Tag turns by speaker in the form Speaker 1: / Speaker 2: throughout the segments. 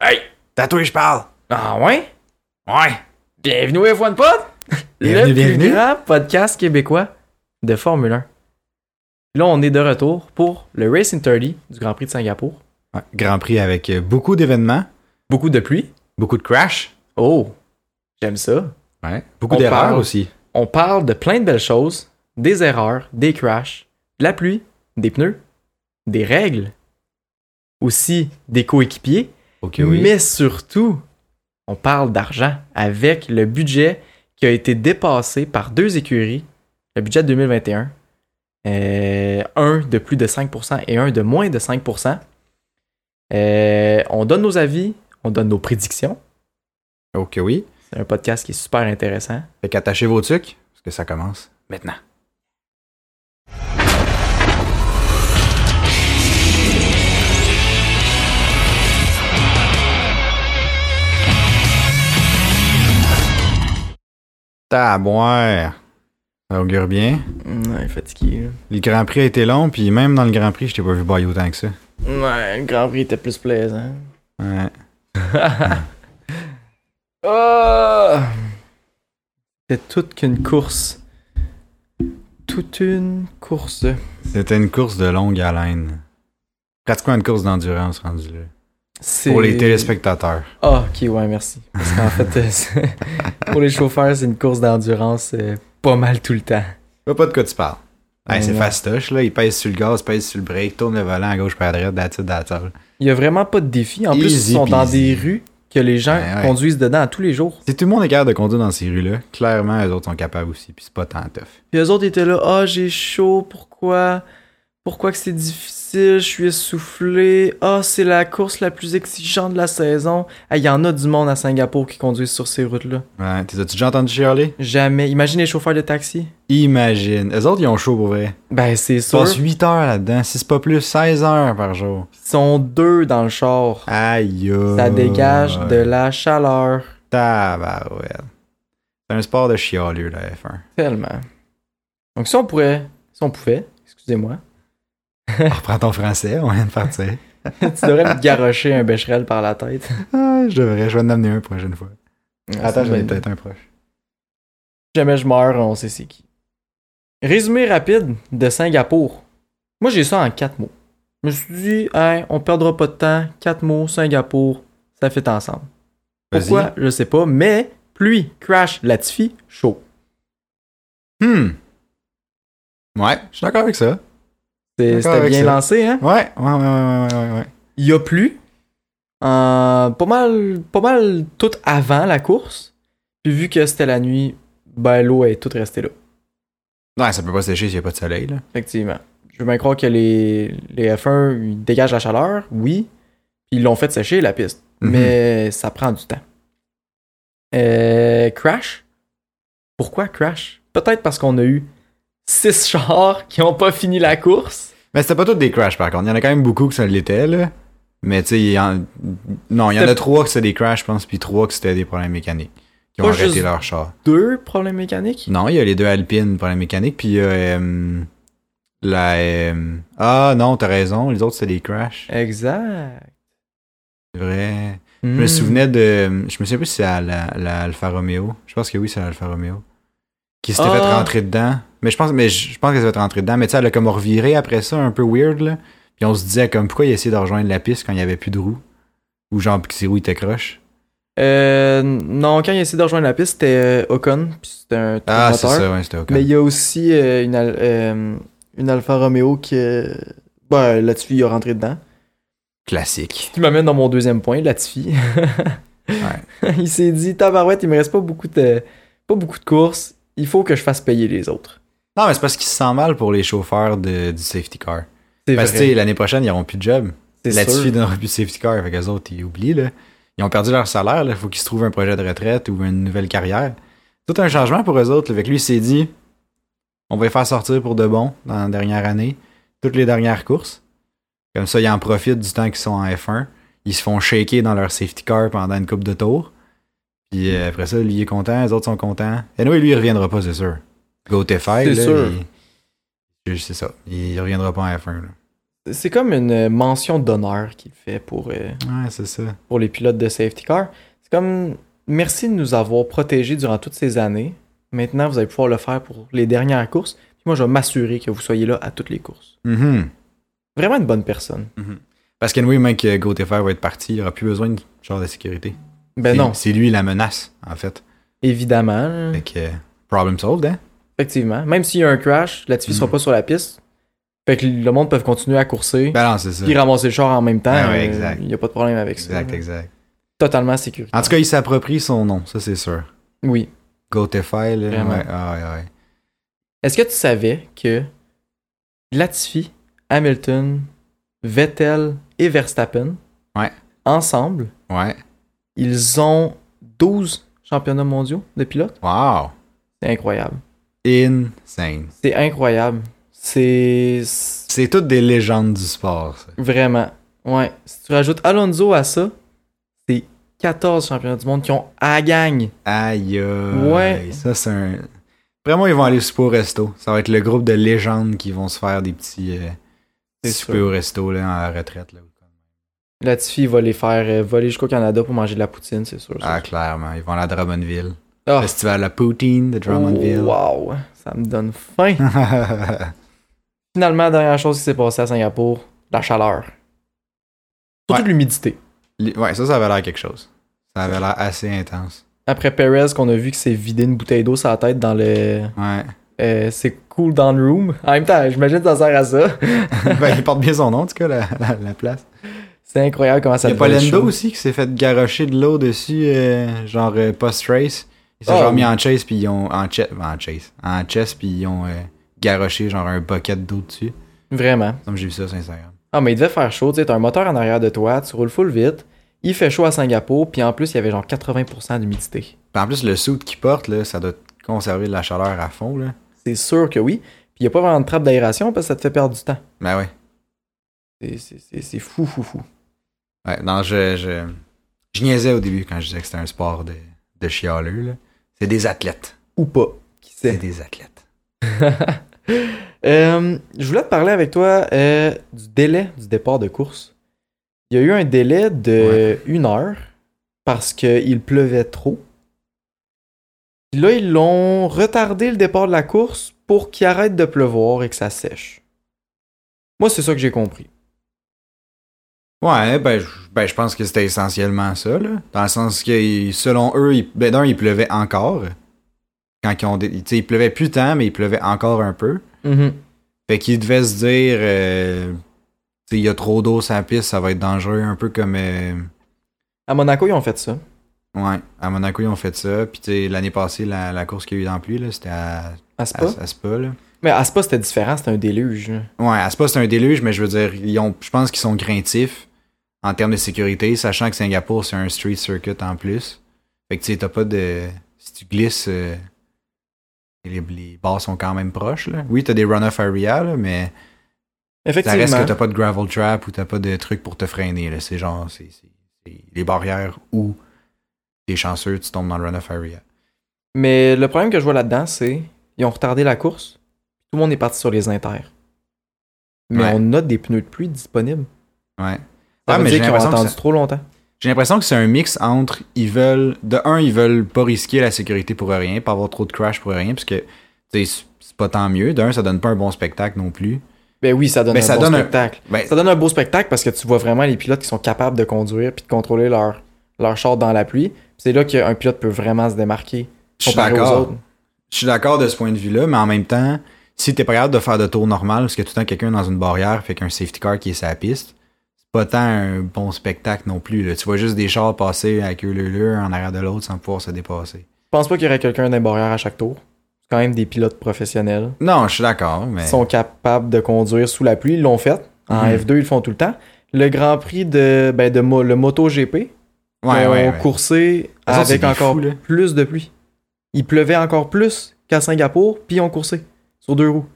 Speaker 1: Hey!
Speaker 2: T'as toi, je parle.
Speaker 1: Ah ouais?
Speaker 2: Ouais.
Speaker 1: Bienvenue au F1 Pod!
Speaker 2: Bienvenue,
Speaker 1: le
Speaker 2: bienvenue.
Speaker 1: plus grand podcast québécois de Formule 1. Là, on est de retour pour le Racing 30 du Grand Prix de Singapour.
Speaker 2: Ouais, Grand Prix avec euh, beaucoup d'événements,
Speaker 1: Beaucoup de pluie.
Speaker 2: beaucoup de crash,
Speaker 1: Oh, j'aime ça.
Speaker 2: ouais. beaucoup
Speaker 1: On
Speaker 2: d'erreurs
Speaker 1: parle.
Speaker 2: aussi.
Speaker 1: On parle de plein de belles choses, des erreurs, des crashs, de la pluie, des pneus, des règles, aussi des coéquipiers,
Speaker 2: Ok, oui.
Speaker 1: mais surtout, on parle d'argent avec le budget qui a été dépassé par deux écuries, le budget de 2021, euh, un de plus de 5% et un de moins de 5%. Euh, on donne nos avis, on donne nos prédictions.
Speaker 2: Ok, oui.
Speaker 1: C'est un podcast qui est super intéressant.
Speaker 2: Fait qu'attachez vos tucs, parce que ça commence maintenant. Tabouère. Ça augure bien.
Speaker 1: Ouais, fatigué. là.
Speaker 2: Le Grand Prix a été long, puis même dans le Grand Prix, je t'ai pas vu bailler autant que ça.
Speaker 1: Ouais, le Grand Prix était plus plaisant.
Speaker 2: Ouais.
Speaker 1: Ah! C'était toute qu'une course. Toute une course.
Speaker 2: C'était une course de longue haleine. Pratiquement une course d'endurance rendue là.
Speaker 1: C'est-
Speaker 2: Pour les téléspectateurs.
Speaker 1: Ah, ok, ouais, merci. Parce qu'en fait, euh, c'est- pour les chauffeurs, c'est une course d'endurance euh, pas mal tout le temps.
Speaker 2: Je vois pas de quoi tu parles. Hey,
Speaker 1: Ouais,
Speaker 2: c'est
Speaker 1: non.
Speaker 2: fastoche, là. Il pèse sur le gaz, pèse sur le break, tourne le volant à gauche, puis à droite, d'attitude, d'attitude.
Speaker 1: Il y a vraiment pas de défi. En plus,
Speaker 2: Easy
Speaker 1: ils sont dans
Speaker 2: peasy.
Speaker 1: des rues que les gens
Speaker 2: Ouais, ouais.
Speaker 1: conduisent dedans à tous les jours.
Speaker 2: Si tout le monde est capable de conduire dans ces rues-là, clairement, eux autres sont capables aussi, puis c'est pas tant tough.
Speaker 1: Puis eux autres étaient là, ah, j'ai chaud, pourquoi Pourquoi que c'est difficile, je suis essoufflé, ah, c'est la course la plus exigeante de la saison. Ah, Il y en a du monde à Singapour qui conduisent sur ces routes-là.
Speaker 2: Ouais, t'es as-tu déjà entendu chialer?
Speaker 1: Jamais. Imagine les chauffeurs de taxi.
Speaker 2: Imagine. Eux autres, ils ont chaud pour vrai.
Speaker 1: Ben, c'est
Speaker 2: Ils
Speaker 1: sûr.
Speaker 2: passent 8 heures là-dedans, si c'est pas plus, 16 heures par jour.
Speaker 1: Ils sont deux dans le char.
Speaker 2: Aïe,
Speaker 1: Ça dégage de
Speaker 2: aïe.
Speaker 1: la chaleur.
Speaker 2: Tabarouette. C'est un sport de chialeux, la F1.
Speaker 1: Tellement. Donc, si on pourrait, si on pouvait, excusez-moi,
Speaker 2: Reprends ton français, on vient de partir.
Speaker 1: tu devrais me garrocher un bécherel par la tête.
Speaker 2: Ah, je devrais, je vais en amener un la prochaine fois. Attends, je vais peut-être un proche.
Speaker 1: Si jamais je meurs, on sait c'est qui. Résumé rapide de Singapour. Moi, j'ai ça en quatre mots. Je me suis dit, hey, on perdra pas de temps. Quatre mots, Singapour, ça fait ensemble.
Speaker 2: Vas-y.
Speaker 1: Pourquoi Je sais pas, mais pluie, crash, Latifi, chaud.
Speaker 2: Hmm. Ouais, je suis d'accord avec ça.
Speaker 1: C'est-
Speaker 2: D'accord
Speaker 1: C'était
Speaker 2: avec
Speaker 1: bien
Speaker 2: ça.
Speaker 1: lancé, hein
Speaker 2: Ouais, ouais, ouais, ouais, ouais, ouais, ouais.
Speaker 1: Il y a plu. Euh, pas mal, pas mal tout avant la course. Puis vu que c'était la nuit, ben l'eau est toute restée là.
Speaker 2: Ouais, ça peut pas sécher s'il y a pas de soleil, là.
Speaker 1: Effectivement. Je veux bien croire que les, les F1 ils dégagent la chaleur, oui. Puis ils l'ont fait sécher la piste.
Speaker 2: Mhm.
Speaker 1: Mais ça prend du temps. Euh, crash? Pourquoi crash? Peut-être parce qu'on a eu six chars qui n'ont pas fini la course.
Speaker 2: Mais c'était pas tous des crashs, par contre. Il y en a quand même beaucoup que ça l'était, là. Mais tu sais, il y en... non, il y en a
Speaker 1: C'était-
Speaker 2: trois que c'était des crashs, je pense, puis trois que c'était des problèmes mécaniques. Qui ont
Speaker 1: Pas
Speaker 2: arrêté
Speaker 1: juste-
Speaker 2: leur char.
Speaker 1: Deux problèmes mécaniques.
Speaker 2: Non, il y a les deux Alpines, problèmes mécaniques, puis il y a. euh, la. euh, Ah non, t'as raison, les autres c'était des crashs.
Speaker 1: Exact.
Speaker 2: C'est vrai. Mm. Je me
Speaker 1: Hmm.
Speaker 2: souvenais de. Je me souviens plus si c'est à la, la Alfa Romeo. Je pense que oui, c'est à l'Alfa Romeo. Qui s'était fait
Speaker 1: Ah.
Speaker 2: rentrer dedans. Mais je pense, mais je je pense qu'elle s'est fait rentrer dedans. Mais tu sais, elle a comme reviré après ça, un peu weird, là. Puis on se disait, comme, pourquoi il essayait de rejoindre la piste quand il n'y avait plus de roues Ou genre, que ses roues étaient croches.
Speaker 1: Euh, non, quand il a essayé de rejoindre la piste, c'était euh, Ocon, puis c'était un trou de
Speaker 2: Ah, c'est
Speaker 1: moteur.
Speaker 2: ça, ouais, c'était ok.
Speaker 1: Mais il y a aussi euh, une, Al- euh, une Alfa Romeo qui. euh, ben, Latifi, il a rentré dedans.
Speaker 2: Classique.
Speaker 1: Qui m'amène dans mon deuxième point, Latifi.
Speaker 2: Ouais.
Speaker 1: il s'est dit, tabarouette, il me reste pas beaucoup de, pas beaucoup de courses, il faut que je fasse payer les autres.
Speaker 2: Non, mais c'est parce qu'il se sent mal pour les chauffeurs de, du safety car.
Speaker 1: C'est
Speaker 2: Parce que tu
Speaker 1: vrai.
Speaker 2: sais, l'année prochaine, ils n'auront plus de job.
Speaker 1: C'est
Speaker 2: Latifi
Speaker 1: sûr.
Speaker 2: n'aura plus de safety car. Fait qu'eux autres, ils oublient, là. Ils ont perdu leur salaire, là. Faut qu'ils se trouvent un projet de retraite ou une nouvelle carrière. Tout un changement pour eux autres. là. Fait que lui, il s'est dit, on va les faire sortir pour de bon dans la dernière année. Toutes les dernières courses. Comme ça, ils en profitent du temps qu'ils sont en F1. Ils se font shaker dans leur safety car pendant une coupe de tours. Puis euh, après ça, lui, il est content. Les autres sont contents. Et anyway, lui, il reviendra pas, c'est sûr. Go t
Speaker 1: C'est sûr.
Speaker 2: C'est ça. Il reviendra pas en F1, là.
Speaker 1: c'est comme une mention d'honneur qu'il fait pour, euh,
Speaker 2: Ouais, c'est ça.
Speaker 1: pour les pilotes de safety car. C'est comme merci de nous avoir protégés durant toutes ces années. Maintenant, vous allez pouvoir le faire pour les dernières courses. Puis moi, je vais m'assurer que vous soyez là à toutes les courses.
Speaker 2: Mhm.
Speaker 1: Vraiment une bonne personne.
Speaker 2: Mhm. Parce que, euh, oui, même que GoTFR va être parti, il n'y aura plus besoin de genre de sécurité.
Speaker 1: Ben
Speaker 2: C'est-
Speaker 1: non, Mm.
Speaker 2: C'est lui la menace, en fait.
Speaker 1: évidemment. là.
Speaker 2: Fait que, euh, problem solved, hein?
Speaker 1: Effectivement. Même s'il y a un crash, la TV sera
Speaker 2: Mhm.
Speaker 1: pas sur la piste. Fait que le monde peut continuer à courser.
Speaker 2: Ben non, c'est ça.
Speaker 1: puis ramasser le char en même temps.
Speaker 2: Ah ouais,
Speaker 1: Euh,
Speaker 2: exact.
Speaker 1: Il n'y a pas de problème avec ça.
Speaker 2: Exact, exact.
Speaker 1: Totalement sécuritaire.
Speaker 2: En tout cas, il s'approprie son nom, ça c'est sûr.
Speaker 1: oui.
Speaker 2: GoTFR, là.
Speaker 1: Vraiment.
Speaker 2: Ouais, ah ouais, ouais.
Speaker 1: Est-ce que tu savais que Latifi, Hamilton, Vettel et Verstappen,
Speaker 2: Ouais.
Speaker 1: ensemble,
Speaker 2: Ouais.
Speaker 1: ils ont 12 championnats mondiaux de pilotes?
Speaker 2: Wow.
Speaker 1: C'est incroyable.
Speaker 2: Insane.
Speaker 1: C'est incroyable. C'est c'est
Speaker 2: C'est toutes des légendes du sport, ça.
Speaker 1: vraiment. Ouais. Si tu rajoutes Alonso à ça, c'est 14 championnats du monde qui ont à gagne.
Speaker 2: Aïe.
Speaker 1: Ouais.
Speaker 2: Ouais. Ça, c'est un. Vraiment, ils vont aller souper au resto. Ça va être le groupe de légendes qui vont se faire des petits euh,
Speaker 1: C'est
Speaker 2: souper
Speaker 1: sûr.
Speaker 2: au resto là, en retraite. Là.
Speaker 1: Latifi va les faire euh, voler jusqu'au Canada pour manger de la poutine, c'est sûr.
Speaker 2: Ah, clairement. Ils vont aller à Drummondville.
Speaker 1: Ah.
Speaker 2: Festival à Poutine de Drummondville.
Speaker 1: wow, ça me donne faim. Finalement, dernière chose qui s'est passée à Singapour, la chaleur. Surtout
Speaker 2: Ouais.
Speaker 1: de l'humidité.
Speaker 2: Les- ouais, ça, ça avait l'air quelque chose. Ça avait l'air assez intense.
Speaker 1: Après Perez, qu'on a vu qui s'est vidé une bouteille d'eau sur la tête dans le.
Speaker 2: Ouais.
Speaker 1: euh, c'est cool down room. En même temps, j'imagine que ça sert à ça.
Speaker 2: ben, il porte bien son nom, en tout cas, la, la- la place.
Speaker 1: C'est incroyable comment ça
Speaker 2: Il y a
Speaker 1: devait être
Speaker 2: Polendo
Speaker 1: chaud.
Speaker 2: aussi qui s'est fait garocher de l'eau dessus, euh, genre euh, post-race. Ils se sont
Speaker 1: Ah,
Speaker 2: genre
Speaker 1: oui.
Speaker 2: mis en chase, puis ils ont. En, cha- en chase. En chess, puis ils ont euh, garoché genre un bucket d'eau dessus.
Speaker 1: Vraiment.
Speaker 2: Comme j'ai vu ça sur Instagram.
Speaker 1: Ah, mais il devait faire chaud. Tu sais, t'as un moteur en arrière de toi, tu roules full vite. Il fait chaud à Singapour, puis en plus, il y avait genre 80% d'humidité.
Speaker 2: Puis en plus, le suit qu'il porte, là, ça doit conserver de la chaleur à fond. Là.
Speaker 1: C'est sûr que oui. Puis il n'y a pas vraiment de trappe d'aération parce que ça te fait perdre du temps.
Speaker 2: Ben ouais.
Speaker 1: C'est- c'est- C'est c'est fou, fou, fou.
Speaker 2: Ouais, non, je, je. je niaisais au début quand je disais que c'était un sport de, de chialeux, là. C'est des athlètes.
Speaker 1: Ou pas. Qui
Speaker 2: C'est
Speaker 1: sait?
Speaker 2: des athlètes.
Speaker 1: Euh, je voulais te parler avec toi euh, du délai du départ de course. Il y a eu un délai de une heure parce qu'il pleuvait trop. Puis là, ils l'ont retardé le départ de la course pour qu'il arrête de pleuvoir et que ça sèche. Moi, c'est ça que j'ai compris.
Speaker 2: Ouais, ben, je- ben je pense que c'était essentiellement ça, là. Dans le sens que, il- selon eux, il, ben d'un, il pleuvait encore. Quand ils ont... dé- tu sais, il pleuvait plus tant, mais il pleuvait encore un peu. Fait qu'ils devaient se dire... euh, tu sais, il y a trop d'eau sur la piste, ça va être dangereux. Un peu comme... euh,
Speaker 1: À Monaco, ils ont fait ça.
Speaker 2: ouais, à Monaco, ils ont fait ça. Puis, tu sais, l'année passée, la, la course qu'il y a eu dans la pluie, là, c'était à,
Speaker 1: À Spa.
Speaker 2: à, à Spa, là.
Speaker 1: Mais à Spa, c'était différent, c'était un déluge. là.
Speaker 2: Ouais, à Spa, c'est un déluge, mais je veux dire, ils ont, je pense qu'ils sont craintifs en termes de sécurité, sachant que Singapour, c'est un street circuit en plus. Fait que tu sais, t'as pas de. Si tu glisses, euh, les, les bars sont quand même proches. Là. Oui, t'as des runoff area, là, mais ça
Speaker 1: Effectivement.
Speaker 2: reste que t'as pas de gravel trap ou t'as pas de truc pour te freiner. là. C'est genre, c'est c'est- c'est les barrières où t'es chanceux, tu tombes dans le runoff area.
Speaker 1: Mais le problème que je vois là-dedans, c'est ils ont retardé la course. Tout le monde est parti sur les inters. Mais
Speaker 2: Ouais.
Speaker 1: on a des pneus de pluie disponibles.
Speaker 2: Ouais.
Speaker 1: Ça
Speaker 2: Ouais,
Speaker 1: veut
Speaker 2: mais j'ai
Speaker 1: dire qu'ils ont
Speaker 2: l'impression que
Speaker 1: attendu
Speaker 2: ça-
Speaker 1: trop longtemps.
Speaker 2: J'ai l'impression que c'est un mix entre ils veulent de un ils veulent pas risquer la sécurité pour rien, pas avoir trop de crash pour rien parce que tu sais, c'est c'est pas tant mieux. D'un ça donne pas un bon spectacle non plus.
Speaker 1: Ben oui, ça donne
Speaker 2: Mais
Speaker 1: un
Speaker 2: ça
Speaker 1: bon
Speaker 2: donne un-
Speaker 1: spectacle.
Speaker 2: Ben,
Speaker 1: Ça donne un beau spectacle parce que tu vois vraiment les pilotes qui sont capables de conduire puis de contrôler leur, leur char dans la pluie. Puis C'est là qu'un pilote peut vraiment se démarquer
Speaker 2: je suis
Speaker 1: comparé aux
Speaker 2: d'accord.
Speaker 1: autres.
Speaker 2: Je suis d'accord de ce point de vue là, mais en même temps, si t'es pas capable de faire de tour normal parce que tout le temps quelqu'un est dans une barrière fait qu'un safety car qui est sa piste, c'est pas tant un bon spectacle non plus. là. Tu vois juste des chars passer à queue leu leu en arrière de l'autre sans pouvoir se dépasser.
Speaker 1: Je pense pas qu'il y aurait quelqu'un d'un barrière à chaque tour. C'est quand même des pilotes professionnels.
Speaker 2: Non, je suis d'accord, mais
Speaker 1: sont capables de conduire sous la pluie. Ils l'ont fait. En
Speaker 2: Mhm.
Speaker 1: F2, ils le font tout le temps. Le Grand Prix de, ben, de mo- le MotoGP,
Speaker 2: ouais,
Speaker 1: ils
Speaker 2: ouais,
Speaker 1: ont
Speaker 2: ouais.
Speaker 1: coursé
Speaker 2: Ça, c'est
Speaker 1: avec
Speaker 2: des
Speaker 1: encore
Speaker 2: fous, là.
Speaker 1: plus de pluie. Il pleuvait encore plus qu'à Singapour, puis ils ont coursé sur deux roues.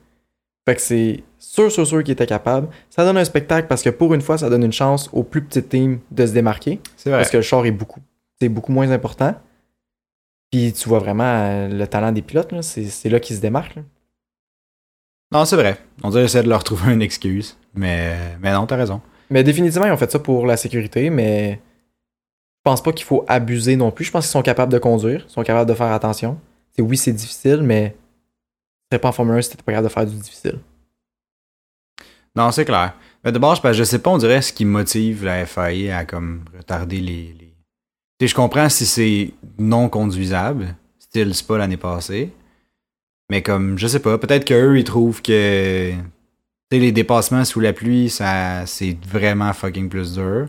Speaker 1: Fait que c'est sûr, sûr, sûr qu'ils étaient capables. Ça donne un spectacle parce que pour une fois, ça donne une chance aux plus petites teams de se démarquer
Speaker 2: C'est vrai.
Speaker 1: parce que le char est beaucoup, c'est beaucoup moins important. Puis tu vois vraiment euh, le talent des pilotes, là. c'est c'est là qu'ils se démarquent. là.
Speaker 2: Non, c'est vrai. On dirait essayer de leur trouver une excuse. Mais, mais non, t'as raison.
Speaker 1: Mais définitivement, ils ont fait ça pour la sécurité, mais je pense pas qu'il faut abuser non plus. Je pense qu'ils sont capables de conduire, ils sont capables de faire attention. C'est oui, c'est difficile, mais tu serais pas en Formule 1 si t'étais pas capable de faire du difficile.
Speaker 2: Non, c'est clair. Mais de base, parce que je sais pas, on dirait ce qui motive la FAI à comme retarder les. les... Tu sais, je comprends si c'est non conduisable, style Spa l'année passée. Mais comme, je sais pas, peut-être qu'eux, ils trouvent que. Tu sais, les dépassements sous la pluie, ça c'est vraiment fucking plus dur.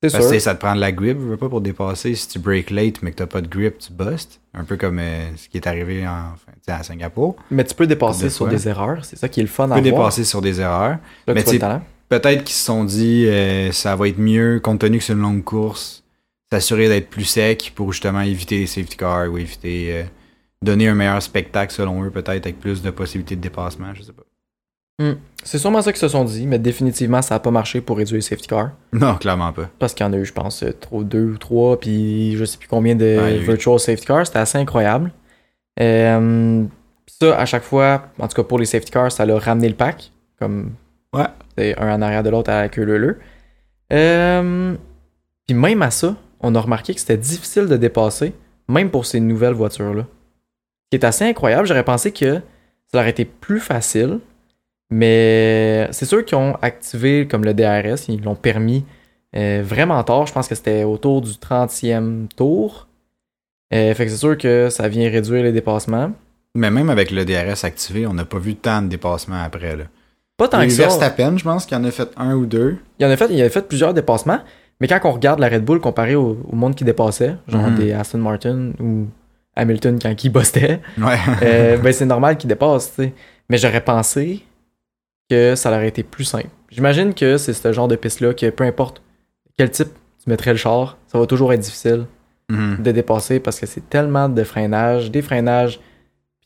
Speaker 1: C'est
Speaker 2: Parce que tu sais,
Speaker 1: sûr.
Speaker 2: ça te prend de la grip, je veux pas pour dépasser. Si tu break late mais que t'as pas de grip, tu bustes. Un peu comme euh, ce qui est arrivé en, enfin, tu sais, à Singapour.
Speaker 1: Mais tu peux dépasser
Speaker 2: Des
Speaker 1: sur
Speaker 2: fois.
Speaker 1: des erreurs, c'est ça qui est le fun
Speaker 2: Tu
Speaker 1: à
Speaker 2: peux
Speaker 1: voir.
Speaker 2: dépasser sur des erreurs.
Speaker 1: Là, que
Speaker 2: Mais
Speaker 1: tu vois le
Speaker 2: tu sais,
Speaker 1: talent.
Speaker 2: peut-être qu'ils se sont dit euh, ça va être mieux compte tenu que c'est une longue course, s'assurer d'être plus sec pour justement éviter les safety cars ou éviter euh, donner un meilleur spectacle selon eux peut-être avec plus de possibilités de dépassement, je sais pas.
Speaker 1: C'est sûrement ça qu'ils se sont dit, mais définitivement, ça a pas marché pour réduire les safety cars.
Speaker 2: Non, clairement pas.
Speaker 1: Parce qu'il y en a eu, je pense, euh, trop deux ou trois, puis je sais plus combien de
Speaker 2: Ouais, il y a eu-
Speaker 1: virtual safety cars. C'était assez incroyable. Euh, ça, à chaque fois, en tout cas pour les safety cars, ça l'a ramené le pack. Comme
Speaker 2: Ouais.
Speaker 1: c'est un en arrière de l'autre à la queue leu euh, Puis même à ça, on a remarqué que c'était difficile de dépasser, même pour ces nouvelles voitures-là. Ce qui est assez incroyable. J'aurais pensé que ça aurait été plus facile, mais c'est sûr qu'ils ont activé comme le DRS, ils l'ont permis euh, vraiment tard. Je pense que c'était autour du 30e tour. Euh, fait que c'est sûr que ça vient réduire les dépassements.
Speaker 2: Mais même avec le DRS activé, on n'a pas vu tant de dépassements après là.
Speaker 1: Pas tant que ça.
Speaker 2: à peine, je pense qu'il en a fait un ou deux.
Speaker 1: Il en a fait, il a fait plusieurs dépassements, mais quand on regarde la Red Bull comparée au, au monde qui dépassait, genre
Speaker 2: Mhm.
Speaker 1: des Aston Martin ou Hamilton quand qui bustait,
Speaker 2: Ouais.
Speaker 1: euh, ben c'est normal qu'il dépasse, tu sais. Mais j'aurais pensé que ça aurait été plus simple. J'imagine que c'est ce genre de piste-là que peu importe quel type tu mettrais le char, ça va toujours être difficile
Speaker 2: Mhm.
Speaker 1: de dépasser parce que c'est tellement de freinage, des freinages,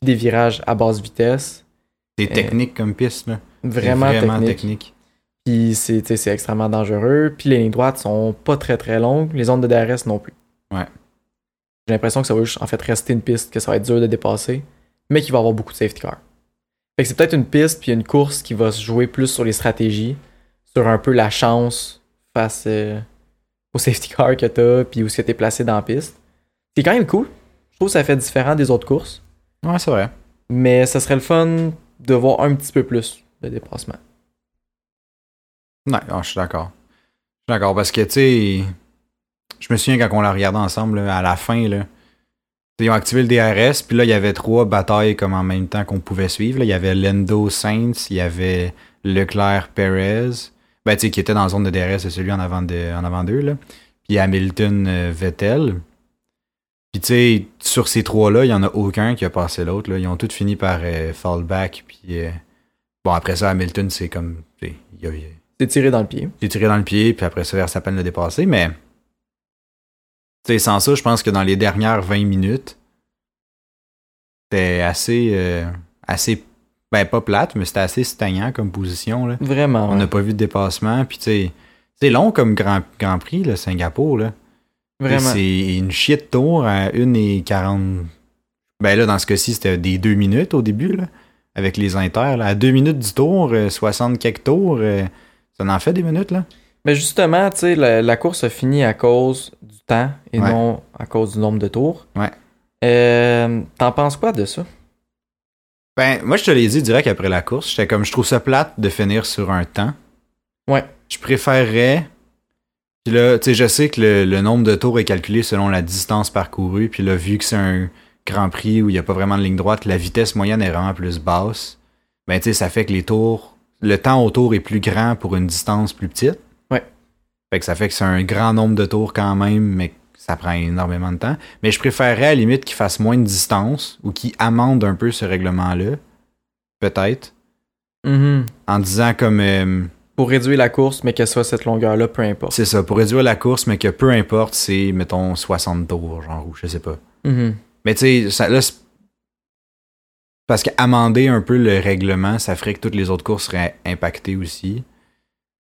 Speaker 1: puis des virages à basse vitesse,
Speaker 2: C'est technique comme piste là. C'est
Speaker 1: vraiment, technique.
Speaker 2: Euh, technique.
Speaker 1: Puis c'est tu sais, c'est extrêmement dangereux. Puis les lignes droites sont pas très très longues. Les zones de DRS non plus.
Speaker 2: Ouais.
Speaker 1: J'ai l'impression que ça va juste en fait rester une piste que ça va être dur de dépasser, mais qu'il va y avoir beaucoup de safety car. Fait que c'est peut-être une piste puis une course qui va se jouer plus sur les stratégies, sur un peu la chance face euh, au safety car que t'as puis où est-ce que t'es placé dans la piste. C'est quand même cool. Je trouve que ça fait différent des autres courses,
Speaker 2: Ouais, c'est vrai.
Speaker 1: mais ça serait le fun de voir un petit peu plus de dépassement.
Speaker 2: Ouais, non, ah, je suis d'accord. Je suis d'accord parce que, tu sais, je me souviens quand on la regardait ensemble, là, à la fin, là, ils ont activé le DRS, puis là, il y avait trois batailles comme en même temps qu'on pouvait suivre. là. Il y avait Lendo Saints, il y avait Leclerc Perez, ben, tu sais, qui était dans la zone de DRS, c'est celui en avant, de, en avant d'eux, là. Puis Hamilton euh, Vettel. Puis, tu sais, sur ces trois-là, il n'y en a aucun qui a passé l'autre. là. Ils ont tous fini par euh, fallback, puis. euh, Bon, après ça, Hamilton, c'est comme. tu sais, Il y a- il y a,
Speaker 1: C'est tiré dans le pied.
Speaker 2: j'ai tiré dans le pied, puis après ça, Verstappen l'a dépassé, mais tu sais, sans ça, je pense que dans les dernières 20 minutes, c'était assez, euh, assez, ben pas plate, mais c'était assez stagnant comme position. Là.
Speaker 1: Vraiment.
Speaker 2: On
Speaker 1: ouais.
Speaker 2: n'a pas vu de dépassement, puis tu sais, c'est long comme Grand, Grand Prix, le Singapour. Là.
Speaker 1: Vraiment.
Speaker 2: C'est une shit tour à 1 et 40. Ben là, dans ce cas-ci, c'était des 2 minutes au début, là, avec les inters. Là. À 2 minutes du tour, euh, 60 quelques tours, euh, ça en fait des minutes, là.
Speaker 1: Mais justement, tu sais, la, la course a fini à cause du temps et
Speaker 2: Ouais.
Speaker 1: non à cause du nombre de tours.
Speaker 2: Ouais.
Speaker 1: Euh, T'en penses quoi de ça?
Speaker 2: Ben, moi, je te l'ai dit direct après la course. J'étais comme, je trouve ça plate de finir sur un temps.
Speaker 1: Ouais.
Speaker 2: Je préférerais. Puis là, tu sais, je sais que le, le nombre de tours est calculé selon la distance parcourue. Puis là, vu que c'est un Grand Prix où il n'y a pas vraiment de ligne droite, la vitesse moyenne est vraiment plus basse. Ben, tu sais, ça fait que les tours. Le temps au tour est plus grand pour une distance plus petite.
Speaker 1: Ouais.
Speaker 2: Fait que ça fait que c'est un grand nombre de tours quand même, mais que ça prend énormément de temps. Mais je préférerais à la limite qu'ils fassent moins de distance ou qu'ils amendent un peu ce règlement-là. Peut-être. En disant comme. euh,
Speaker 1: Pour réduire la course, mais que ce soit cette longueur-là, peu importe.
Speaker 2: c'est ça, pour réduire la course, mais que peu importe, c'est, mettons, 60 tours, genre, ou je sais pas.
Speaker 1: Mhm.
Speaker 2: Mais tu sais, ça- là, c'est- parce qu'amender un peu le règlement, ça ferait que toutes les autres courses seraient impactées aussi.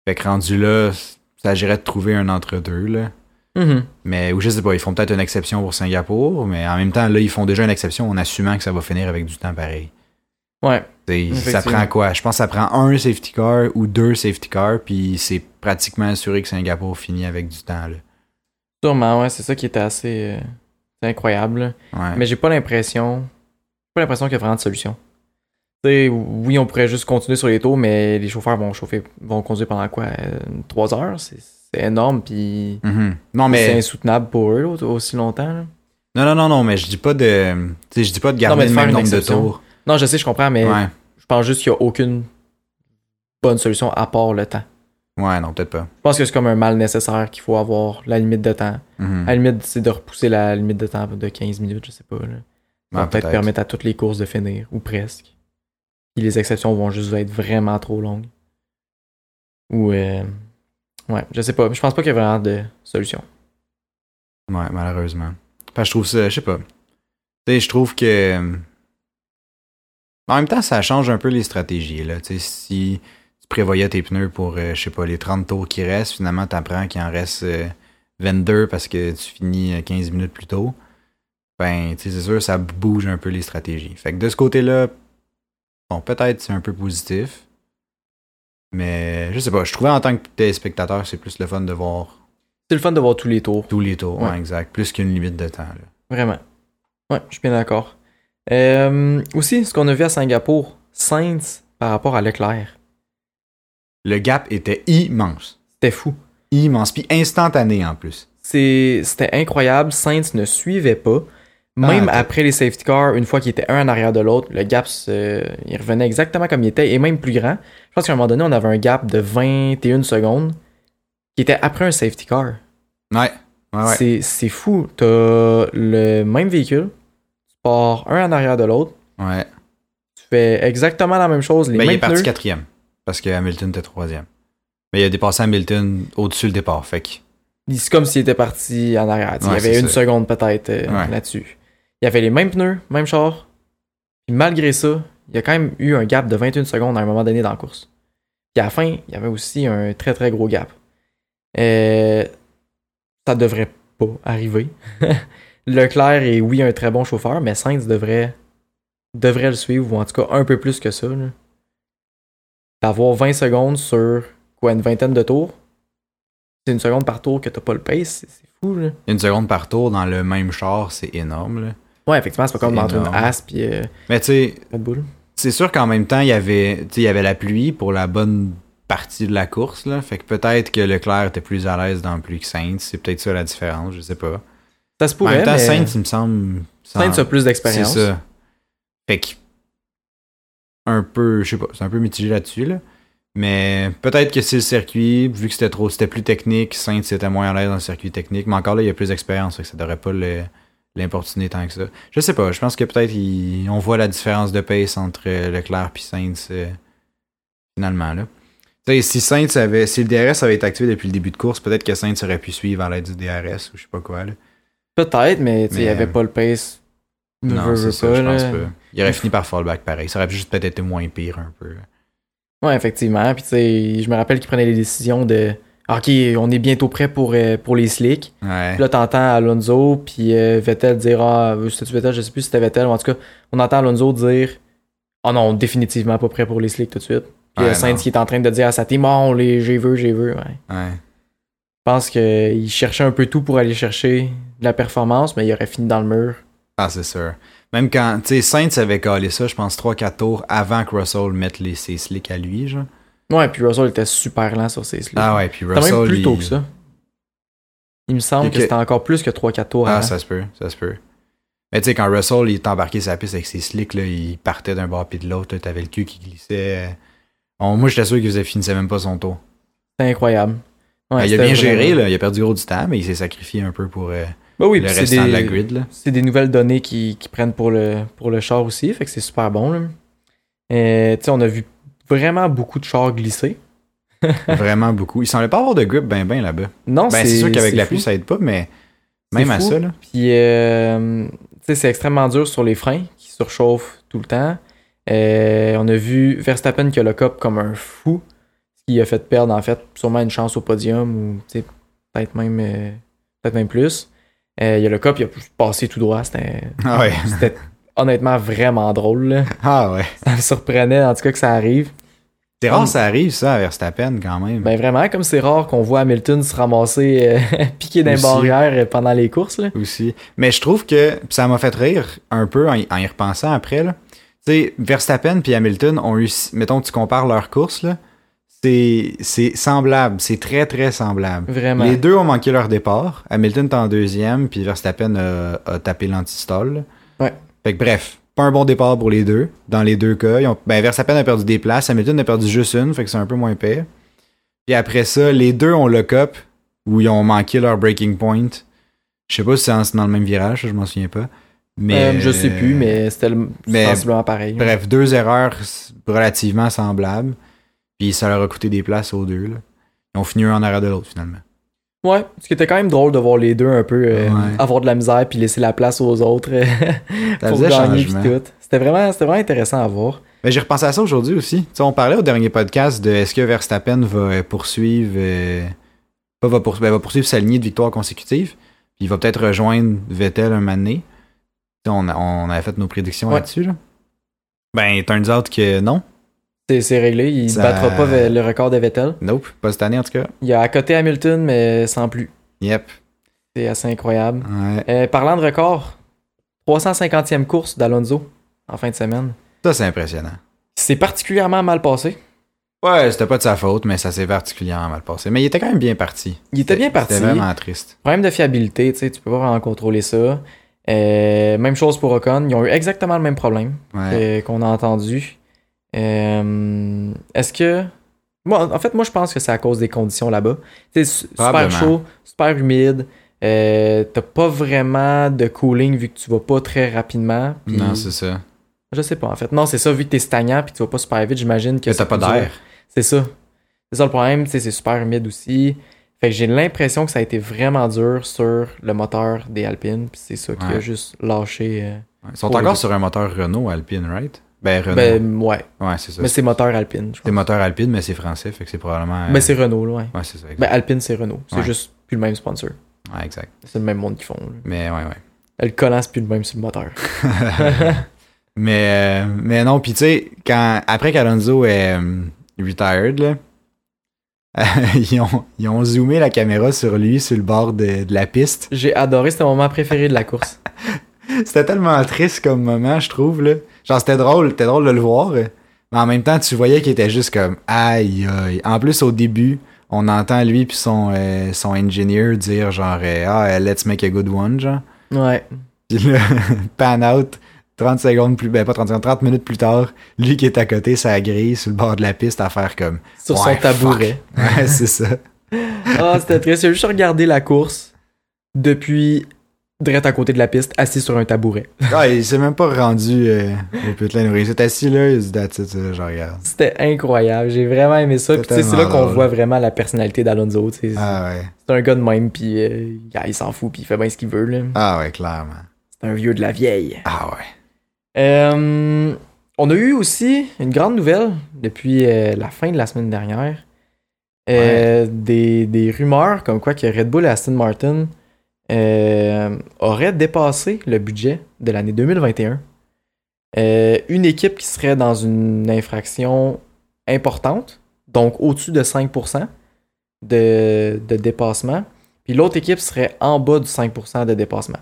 Speaker 2: Fait que rendu là, ça agirait de trouver un entre-deux, là.
Speaker 1: Mhm.
Speaker 2: Mais, ou je sais pas, ils font peut-être une exception pour Singapour, mais en même temps, là, ils font déjà une exception en assumant que ça va finir avec du temps pareil.
Speaker 1: Ouais.
Speaker 2: C'est- Ça
Speaker 1: Effectivement.
Speaker 2: prend quoi? Je pense que ça prend un safety car ou deux safety cars, puis c'est pratiquement assuré que Singapour finit avec du temps. Là.
Speaker 1: Sûrement, ouais, c'est ça qui était assez euh, c'est incroyable. là.
Speaker 2: Ouais.
Speaker 1: Mais j'ai pas l'impression. J'ai pas l'impression qu'il y a vraiment de solution. Tu sais, oui, on pourrait juste continuer sur les taux, mais les chauffeurs vont chauffer, vont conduire pendant quoi? euh, Trois heures? C'est c'est énorme, puis
Speaker 2: Mhm. Non,
Speaker 1: c'est
Speaker 2: mais.
Speaker 1: insoutenable pour eux là, aussi longtemps. là.
Speaker 2: Non, non, non, non, mais je dis pas de. Tu sais, je dis pas de
Speaker 1: Non,
Speaker 2: garder
Speaker 1: mais de
Speaker 2: le
Speaker 1: faire
Speaker 2: même
Speaker 1: une
Speaker 2: nombre de
Speaker 1: exception.
Speaker 2: tours.
Speaker 1: Non, je sais, je comprends, mais
Speaker 2: Ouais.
Speaker 1: je pense juste qu'il n'y a aucune bonne solution à part le temps.
Speaker 2: Ouais, non, peut-être pas.
Speaker 1: Je pense que c'est comme un mal nécessaire qu'il faut avoir la limite de temps.
Speaker 2: Mhm.
Speaker 1: À la limite, c'est de repousser la limite de temps de 15 minutes, je sais pas. Là. Ça va
Speaker 2: Ouais,
Speaker 1: peut-être
Speaker 2: peut-être.
Speaker 1: permettre à toutes les courses de finir, ou presque. Puis les exceptions vont juste être vraiment trop longues. Ou. euh, Ouais, je sais pas. Je pense pas qu'il y a vraiment de solution.
Speaker 2: Ouais, malheureusement. Parce que je trouve ça, je sais pas. Tu sais, je trouve que. euh, En même temps, ça change un peu les stratégies. Là. Tu sais, si tu prévoyais tes pneus pour, euh, je sais pas, les 30 tours qui restent, finalement, tu apprends qu'il en reste euh, 22 parce que tu finis euh, 15 minutes plus tôt. Ben, tu sais, c'est sûr, ça bouge un peu les stratégies. Fait que de ce côté-là, bon, peut-être c'est un peu positif. Mais je sais pas, je trouvais en tant que téléspectateur, c'est plus le fun de voir
Speaker 1: C'est le fun de voir tous les tours.
Speaker 2: tous les tours. Ouais,
Speaker 1: Ouais.
Speaker 2: exact. Plus qu'une limite de temps. Là.
Speaker 1: Vraiment. Ouais, je suis bien d'accord. Euh, aussi, ce qu'on a vu à Singapour, Saints par rapport à Leclerc,
Speaker 2: Le gap était immense.
Speaker 1: c'était fou.
Speaker 2: Immense. Puis instantané en plus.
Speaker 1: C'est- C'était incroyable. Saints ne suivait pas. Même
Speaker 2: Ah,
Speaker 1: après les safety cars, une fois qu'il était un en arrière de l'autre, le gap, se- il revenait exactement comme il était et même plus grand. Je pense qu'à un moment donné, on avait un gap de 21 secondes qui était après un safety car.
Speaker 2: Ouais. Ah Ouais, ouais.
Speaker 1: C'est- C'est fou. T'as le même véhicule, tu pars un en arrière de l'autre,
Speaker 2: ouais.
Speaker 1: tu fais exactement la même chose, les
Speaker 2: Ben, il est
Speaker 1: mêmes
Speaker 2: parti
Speaker 1: pneus.
Speaker 2: quatrième. Parce que Hamilton était troisième. Mais il a dépassé Hamilton au-dessus le départ. Fait que.
Speaker 1: C'est comme s'il était parti en arrière. tu sais,
Speaker 2: Ouais,
Speaker 1: il y avait
Speaker 2: c'est
Speaker 1: une
Speaker 2: ça.
Speaker 1: seconde peut-être euh,
Speaker 2: Ouais.
Speaker 1: là-dessus. Il y avait les mêmes pneus, même char. Puis malgré ça, il y a quand même eu un gap de 21 secondes à un moment donné dans la course. Puis à la fin, il y avait aussi un très très gros gap. Euh, ça devrait pas arriver. Leclerc est oui un très bon chauffeur, mais Sainz devrait, devrait le suivre, ou en tout cas un peu plus que ça. là. D'avoir 20 secondes sur quoi, une vingtaine de tours, c'est une seconde par tour que t'as pas le pace, c'est c'est fou là.
Speaker 2: Une seconde par tour dans le même char, c'est énorme. là.
Speaker 1: Ouais, effectivement, c'est pas comme
Speaker 2: C'est
Speaker 1: entre une
Speaker 2: énorme.
Speaker 1: As puis euh,
Speaker 2: Mais tu sais,
Speaker 1: Red Bull.
Speaker 2: c'est sûr qu'en même temps, il y avait, tu sais, il y avait la pluie pour la bonne partie de la course. Là. Fait que peut-être que Leclerc était plus à l'aise dans la pluie que Sainz. C'est peut-être ça la différence. Je sais pas.
Speaker 1: Ça se
Speaker 2: en
Speaker 1: pourrait,
Speaker 2: même temps,
Speaker 1: mais
Speaker 2: Sainz, il me semble.
Speaker 1: Sainz a plus
Speaker 2: C'est
Speaker 1: d'expérience.
Speaker 2: ça. Fait que. Un peu, je sais pas, c'est un peu mitigé là-dessus, là. Mais peut-être que c'est le circuit, vu que c'était trop, c'était plus technique, Sainz était moins à l'aise dans le circuit technique, mais encore là, il y a plus d'expérience, fait que ça devrait pas le- l'importuner tant que ça. Je sais pas, je pense que peut-être il- on voit la différence de pace entre euh, Leclerc puis Sainz euh, finalement, là. Tu sais, si Sainz avait, si le DRS avait été activé depuis le début de course, peut-être que Sainz aurait pu suivre à l'aide du DRS ou je sais pas quoi, là.
Speaker 1: Peut-être, mais tu sais, il y
Speaker 2: Mais- euh,
Speaker 1: avait pas le pace. Veux,
Speaker 2: Non,
Speaker 1: veux, veux
Speaker 2: c'est ça,
Speaker 1: pas,
Speaker 2: je pense
Speaker 1: là.
Speaker 2: pas. Il aurait fini par fall back pareil. Ça aurait juste peut-être été moins pire un peu.
Speaker 1: Ouais, effectivement. Puis tu sais, je me rappelle qu'il prenait les décisions de ah, OK, on est bientôt prêt pour, euh, pour les slicks.
Speaker 2: Ouais.
Speaker 1: Puis là, t'entends Alonso, puis euh, Vettel dire Ah, c'était Vettel, je sais plus si c'était Vettel, mais en tout cas, on entend Alonso dire Oh non, définitivement pas prêt pour les slicks tout de suite. Puis
Speaker 2: Ouais,
Speaker 1: euh, Sainz
Speaker 2: non.
Speaker 1: qui est en train de dire à sa team Bon, les j'ai vu, j'ai vu. Ouais.
Speaker 2: ouais.
Speaker 1: Je pense qu'il cherchait un peu tout pour aller chercher de la performance, mais il aurait fini dans le mur.
Speaker 2: Ah, c'est sûr. Même quand, tu sais, Sainz avait calé ça, je pense, 3-4 tours avant que Russell mette les, ses slicks à lui, genre.
Speaker 1: Ouais, puis Russell était super lent sur ses slicks.
Speaker 2: Ah ouais, puis
Speaker 1: C'était
Speaker 2: Russell.
Speaker 1: même plus tôt
Speaker 2: il-
Speaker 1: que ça. Il me semble
Speaker 2: Et
Speaker 1: que,
Speaker 2: que-
Speaker 1: c'était encore plus que 3-4 tours
Speaker 2: Ah,
Speaker 1: avant.
Speaker 2: ça se peut, ça se peut. Mais tu sais, quand Russell il est embarqué sur la piste avec ses slicks, là, il partait d'un bord puis de l'autre, là, t'avais le cul qui glissait. On- moi, j'étais sûr qu'il faisait- finissait même pas son tour. Ben,
Speaker 1: C'était incroyable. Ouais,
Speaker 2: Ah, il a
Speaker 1: c'était
Speaker 2: bien géré,
Speaker 1: vraiment-
Speaker 2: là, il a perdu gros du temps, mais il s'est sacrifié un peu pour euh,
Speaker 1: Bah oui,
Speaker 2: le
Speaker 1: puis c'est
Speaker 2: restant
Speaker 1: des-
Speaker 2: de la grid. Là.
Speaker 1: c'est des nouvelles données qui, qui prennent pour le, pour le char aussi, fait que c'est super bon. là. Euh, tu sais, on a vu vraiment beaucoup de chars glisser.
Speaker 2: Vraiment beaucoup. Il semblait pas avoir de grip ben ben là-bas.
Speaker 1: Non,
Speaker 2: Ben, c'est sûr qu'avec la
Speaker 1: Ah, fou.
Speaker 2: pluie, ça aide pas, mais même à
Speaker 1: fou.
Speaker 2: ça, là.
Speaker 1: Puis, euh, tu sais, c'est extrêmement dur sur les freins qui surchauffent tout le temps. Euh, on a vu Verstappen qui a le cop comme un fou, ce qui a fait perdre, en fait, sûrement une chance au podium ou tu sais, peut-être même, euh, peut-être même plus. Euh, il y a le cop, il a passé tout droit, c'était
Speaker 2: Ah ouais.
Speaker 1: c'était honnêtement vraiment drôle. là.
Speaker 2: Ah ouais.
Speaker 1: Ça me surprenait en tout cas que ça arrive.
Speaker 2: C'est
Speaker 1: Comme-
Speaker 2: rare, ça arrive, ça, à Verstappen, quand même.
Speaker 1: Ben vraiment, comme c'est rare qu'on voit Hamilton se ramasser euh, piqué d'un
Speaker 2: Aussi.
Speaker 1: barrière pendant les courses. Là.
Speaker 2: aussi. Mais je trouve que pis ça m'a fait rire un peu en y, en y repensant après. Là. Tu sais, Verstappen puis Hamilton ont eu, si- mettons, tu compares leurs courses, là, c'est, c'est semblable, c'est très très semblable.
Speaker 1: Vraiment.
Speaker 2: Les deux ont manqué leur départ. Hamilton est en deuxième, puis Verstappen a, a tapé l'antistoll.
Speaker 1: Ouais.
Speaker 2: Fait que bref, pas un bon départ pour les deux. Dans les deux cas, ils ont- ben, Verstappen a perdu des places, Hamilton a perdu juste une, fait que c'est un peu moins pire. Puis après ça, les deux ont le cup où ils ont manqué leur breaking point. Je sais pas si c'est en- c'est dans le même virage, je m'en souviens pas. Mais
Speaker 1: Euh, je sais plus, mais c'était le-
Speaker 2: mais-
Speaker 1: sensiblement pareil.
Speaker 2: Bref, deux erreurs s- relativement semblables. Puis ça leur a coûté des places aux deux. là. Ils ont fini un en arrière de l'autre finalement.
Speaker 1: Ouais, ce qui était quand même drôle de voir les deux un peu euh,
Speaker 2: Ouais.
Speaker 1: avoir de la misère puis laisser la place aux autres euh,
Speaker 2: Ça
Speaker 1: pour
Speaker 2: faisait
Speaker 1: gagner puis
Speaker 2: changement.
Speaker 1: tout. C'était vraiment, c'était vraiment intéressant à voir.
Speaker 2: Mais j'ai repensé à ça aujourd'hui aussi. Tu sais, on parlait au dernier podcast de est-ce que Verstappen va poursuivre euh, pas va, poursuivre, va poursuivre sa lignée de victoires consécutives. Puis il va peut-être rejoindre Vettel un moment donné. Tu sais, On, a- on avait fait nos prédictions
Speaker 1: Ouais.
Speaker 2: là-dessus. Là. Ben, turns out que non.
Speaker 1: C'est, c'est réglé, il ne
Speaker 2: Ça-
Speaker 1: battra pas ve- le record de Vettel.
Speaker 2: Nope. Pas cette année en tout cas.
Speaker 1: Il a à côté Hamilton, mais sans plus.
Speaker 2: Yep.
Speaker 1: C'est assez incroyable.
Speaker 2: Ouais.
Speaker 1: Euh, parlant de record, 350e course d'Alonso en fin de semaine.
Speaker 2: Ça, c'est impressionnant.
Speaker 1: C'est particulièrement mal passé.
Speaker 2: Ouais, c'était pas de sa faute, mais ça s'est particulièrement mal passé. Mais il était quand même bien parti.
Speaker 1: Il était bien parti.
Speaker 2: C'était vraiment triste.
Speaker 1: Problème de fiabilité, tu sais, tu peux pas vraiment contrôler ça. Euh, même chose pour Ocon, ils ont eu exactement le même problème
Speaker 2: Ouais.
Speaker 1: que- qu'on a entendu. Euh, Est-ce que. Moi, en fait, moi, je pense que c'est à cause des conditions là-bas. Tu sais, su- super
Speaker 2: Probablement.
Speaker 1: chaud, super humide. euh, T'as pas vraiment de cooling vu que tu vas pas très rapidement. puis-
Speaker 2: Non, c'est ça.
Speaker 1: Je sais pas, en fait. Non, c'est ça, vu que t'es stagnant puis tu vas pas super vite, j'imagine que.
Speaker 2: Que t'as
Speaker 1: c'est
Speaker 2: pas
Speaker 1: plus dur.
Speaker 2: d'air.
Speaker 1: C'est ça. C'est ça le problème, tu sais, c'est super humide aussi. Fait que j'ai l'impression que ça a été vraiment dur sur le moteur des Alpines, puis c'est ça qui a
Speaker 2: Ouais.
Speaker 1: juste lâché. euh,
Speaker 2: Ouais. Ils sont
Speaker 1: Pour
Speaker 2: encore
Speaker 1: les-
Speaker 2: sur un moteur Renault Alpine, right? Ben, Renault.
Speaker 1: Ben ouais,
Speaker 2: ouais, c'est ça.
Speaker 1: mais c'est moteur Alpine, je
Speaker 2: C'est
Speaker 1: crois.
Speaker 2: moteur Alpine, mais c'est français, fait que c'est probablement. euh,
Speaker 1: Ben c'est Renault, là, ouais.
Speaker 2: Ouais, c'est ça.
Speaker 1: Ben
Speaker 2: Exact.
Speaker 1: Alpine, c'est Renault. C'est
Speaker 2: Ouais.
Speaker 1: juste plus le même sponsor.
Speaker 2: Ouais, exact.
Speaker 1: C'est le même monde qui font. là.
Speaker 2: Mais ouais, ouais.
Speaker 1: Le collant, c'est plus le même sur le moteur.
Speaker 2: mais, euh, mais non, puis tu sais, quand, après qu'Alonso est euh, retired, là, ils, ont, ils ont zoomé la caméra sur lui, sur le bord de, de la piste.
Speaker 1: J'ai adoré, c'était mon moment préféré de la course.
Speaker 2: C'était tellement triste comme moment, je trouve. Là. Genre, c'était drôle, c'était drôle de le voir. euh, Mais en même temps, tu voyais qu'il était juste comme aïe aïe. En plus, au début, on entend lui puis son, euh, son engineer dire genre euh, ah, euh, let's make a good one, genre.
Speaker 1: Ouais.
Speaker 2: Puis là, pan out, 30 secondes plus, ben pas 30 secondes, 30 minutes plus tard, lui qui est à côté, ça grille sur le bord de la piste à faire comme.
Speaker 1: Sur
Speaker 2: Ouais,
Speaker 1: son tabouret.
Speaker 2: fuck. Ouais, c'est ça.
Speaker 1: Ah, c'était triste. J'ai juste regardé la course depuis direct à côté de la piste, assis sur un tabouret.
Speaker 2: Ah, il s'est même pas rendu euh, au putain nourrir. Il s'est assis là, il a dit, That's it, euh, je regarde.
Speaker 1: C'était incroyable, j'ai vraiment aimé ça. Puis tu sais, c'est là
Speaker 2: Totalement
Speaker 1: qu'on
Speaker 2: drôle.
Speaker 1: voit vraiment la personnalité d'Alonso. tu sais.
Speaker 2: Ah ouais.
Speaker 1: C'est un gars de même, puis euh, gars, il s'en fout, puis il fait bien ce qu'il veut. là.
Speaker 2: Ah ouais, clairement.
Speaker 1: C'est un vieux de la vieille.
Speaker 2: Ah ouais.
Speaker 1: Euh, on a eu aussi une grande nouvelle depuis euh, la fin de la semaine dernière. Euh, des, des rumeurs comme quoi que Red Bull et Aston Martin euh, auraient dépassé le budget de l'année 2021. Euh, une équipe qui serait dans une infraction importante, donc au-dessus de 5% de, de dépassement, puis l'autre équipe serait en bas du 5% de dépassement.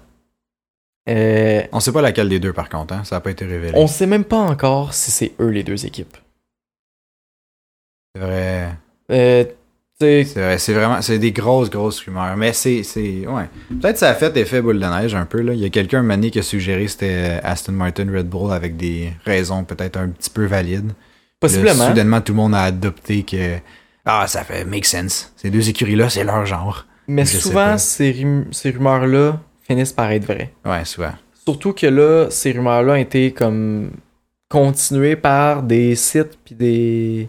Speaker 1: Euh,
Speaker 2: On sait pas laquelle des deux par contre, hein? ça a pas été révélé.
Speaker 1: on sait même pas encore si c'est eux les deux équipes.
Speaker 2: C'est vrai.
Speaker 1: Euh, tu sais,
Speaker 2: C'est vrai, c'est vraiment, c'est des grosses grosses rumeurs, mais c'est, c'est, ouais. Peut-être ça a fait effet boule de neige un peu là. Il y a quelqu'un un moment donné, qui a suggéré que c'était euh, Aston Martin Red Bull avec des raisons peut-être un petit peu valides. Là,
Speaker 1: possiblement.
Speaker 2: soudainement tout le monde a adopté que ah ça fait make sense. Ces deux écuries là c'est leur genre.
Speaker 1: Mais
Speaker 2: je sais
Speaker 1: souvent,
Speaker 2: pas.
Speaker 1: ces, rum- ces rumeurs-là finissent par être vraies.
Speaker 2: Ouais souvent.
Speaker 1: Surtout que là, ces rumeurs-là ont été comme continuées par des sites puis des.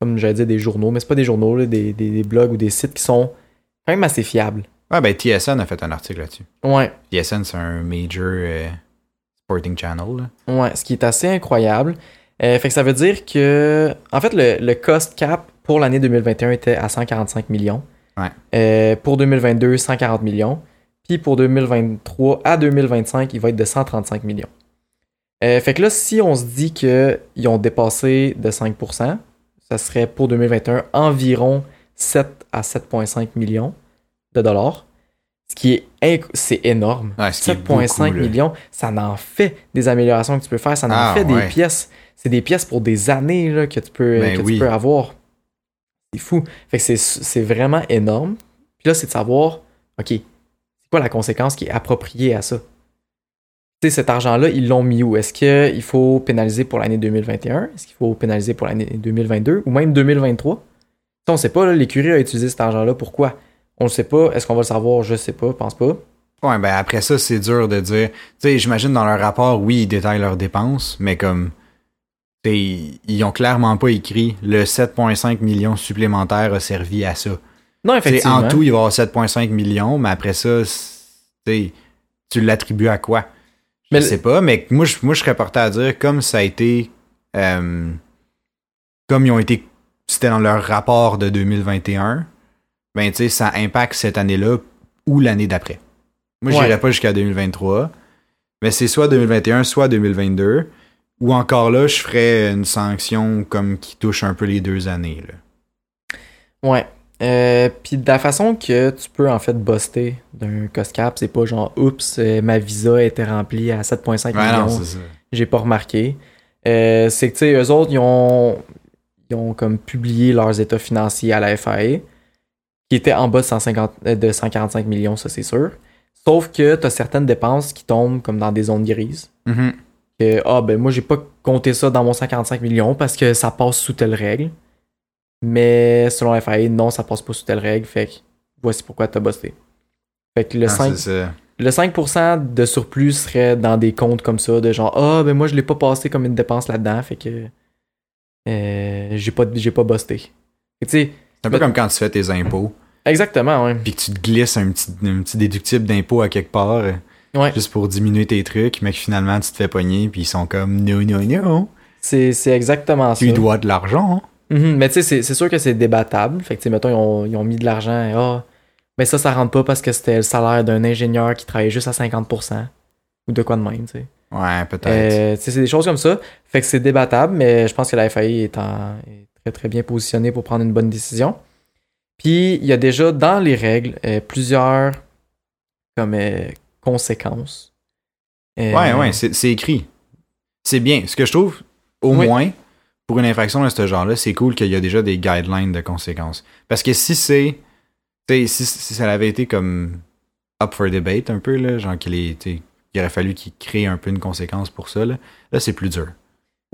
Speaker 1: Comme j'allais dire, des journaux, mais c'est pas des journaux, là, des, des- des blogs ou des sites qui sont quand même assez fiables.
Speaker 2: Ouais ben TSN a fait un article là-dessus.
Speaker 1: Ouais,
Speaker 2: TSN c'est un major euh, sporting channel. Là.
Speaker 1: ouais, ce qui est assez incroyable. Euh, fait que ça veut dire que. En fait, le, le cost cap pour l'année 2021 était à 145 millions.
Speaker 2: Ouais.
Speaker 1: Euh, pour 2022, 140 millions. Puis pour 2023 à 2025, il va être de 135 millions. Euh, fait que là, si on se dit qu'ils ont dépassé de 5%, ça serait pour 2021 environ 7 à 7,5 millions de dollars. Ce qui est inc- c'est énorme.
Speaker 2: Ouais, ce qui est
Speaker 1: 7,5
Speaker 2: beaucoup, là.
Speaker 1: millions, ça en fait des améliorations que tu peux faire, ça en
Speaker 2: Ah,
Speaker 1: fait des
Speaker 2: ouais.
Speaker 1: pièces. C'est des pièces pour des années là, que, tu peux,
Speaker 2: Ben
Speaker 1: que tu
Speaker 2: oui.
Speaker 1: peux avoir. C'est fou. Fait que c'est- c'est vraiment énorme. Puis là, c'est de savoir, OK, c'est quoi la conséquence qui est appropriée à ça? Tu sais, cet argent-là, ils l'ont mis où? Est-ce qu'il faut pénaliser pour l'année 2021? Est-ce qu'il faut pénaliser pour l'année 2022? Ou même 2023? Ça, on ne sait pas, là, l'écurie a utilisé cet argent-là. Pourquoi? On ne sait pas. Est-ce qu'on va le savoir? Je sais pas, je pense pas.
Speaker 2: Ouais, ben après ça, c'est dur de dire. Tu sais, j'imagine dans leur rapport, oui, ils détaillent leurs dépenses, mais comme. tu sais, Ils ils ont clairement pas écrit le 7,5 millions supplémentaires a servi à ça.
Speaker 1: Non,
Speaker 2: Tu sais,
Speaker 1: effectivement.
Speaker 2: En tout, il va y avoir 7,5 millions, mais après ça, c'est- tu sais, tu l'attribues à quoi? Je
Speaker 1: Mais le-
Speaker 2: sais pas, mais moi je, moi, je serais porté à dire, comme ça a été. euh, comme ils ont été. C'était dans leur rapport de 2021, ben, tu sais, ça impacte cette année-là ou l'année d'après. Moi,
Speaker 1: Ouais.
Speaker 2: j'irais pas jusqu'à 2023, mais c'est soit 2021, soit 2022, ou encore là, je ferais une sanction comme qui touche un peu les deux années. là.
Speaker 1: Ouais. Euh, Puis de la façon que tu peux en fait buster d'un COSCAP, c'est pas genre oups, euh, ma visa était remplie à 7,5
Speaker 2: Ouais, non,
Speaker 1: millions,
Speaker 2: c'est ça.
Speaker 1: j'ai pas remarqué. Euh, c'est que tu sais, eux autres, ils ont, ils ont comme publié leurs états financiers à la FAE, qui étaient en bas de, 150, euh, de 145 millions, ça c'est sûr. Sauf que t'as certaines dépenses qui tombent comme dans des zones grises.
Speaker 2: Mhm.
Speaker 1: que, ah ben moi j'ai pas compté ça dans mon 145 millions parce que ça passe sous telle règle. Mais selon la FAI, non, ça passe pas sous telle règle, fait que voici pourquoi t'as bossé. Fait que le,
Speaker 2: Ah,
Speaker 1: 5,
Speaker 2: c'est ça.
Speaker 1: le 5% de surplus serait dans des comptes comme ça, de genre ah ben moi je l'ai pas passé comme une dépense là-dedans, fait que euh, j'ai pas j'ai pas bossé. Fait que tu sais,
Speaker 2: C'est un peu comme quand tu fais tes impôts,
Speaker 1: Exactement, ouais.
Speaker 2: puis que tu te glisses un petit, un petit déductible d'impôt à quelque part, euh,
Speaker 1: Ouais.
Speaker 2: juste pour diminuer tes trucs, mais que finalement tu te fais pogner, puis ils sont comme non, non, non,
Speaker 1: C'est c'est exactement ça.
Speaker 2: tu dois de l'argent.
Speaker 1: Mhm, mais tu sais, c'est- c'est sûr que c'est débattable. Fait que, tu sais, mettons, ils ont, ils ont mis de l'argent et ah, mais ça, ça rentre pas parce que c'était le salaire d'un ingénieur qui travaillait juste à 50%. Ou de quoi de même, tu sais.
Speaker 2: Ouais, peut-être.
Speaker 1: Euh, tu sais, c'est des choses comme ça. Fait que c'est débattable, mais je pense que la FAI est, en- est très très bien positionnée pour prendre une bonne décision. Puis, il y a déjà dans les règles euh, plusieurs comme euh, conséquences. Euh,
Speaker 2: Ouais, ouais, c'est c'est écrit. C'est bien. Ce que je trouve, au
Speaker 1: Oui.
Speaker 2: moins, pour une infraction de ce genre-là, c'est cool qu'il y a déjà des guidelines de conséquences. Parce que si c'est. tu sais, Si, si ça avait été comme up for debate un peu, là, genre qu'il est. tu sais, Il aurait fallu qu'il crée un peu une conséquence pour ça. Là, là c'est plus dur.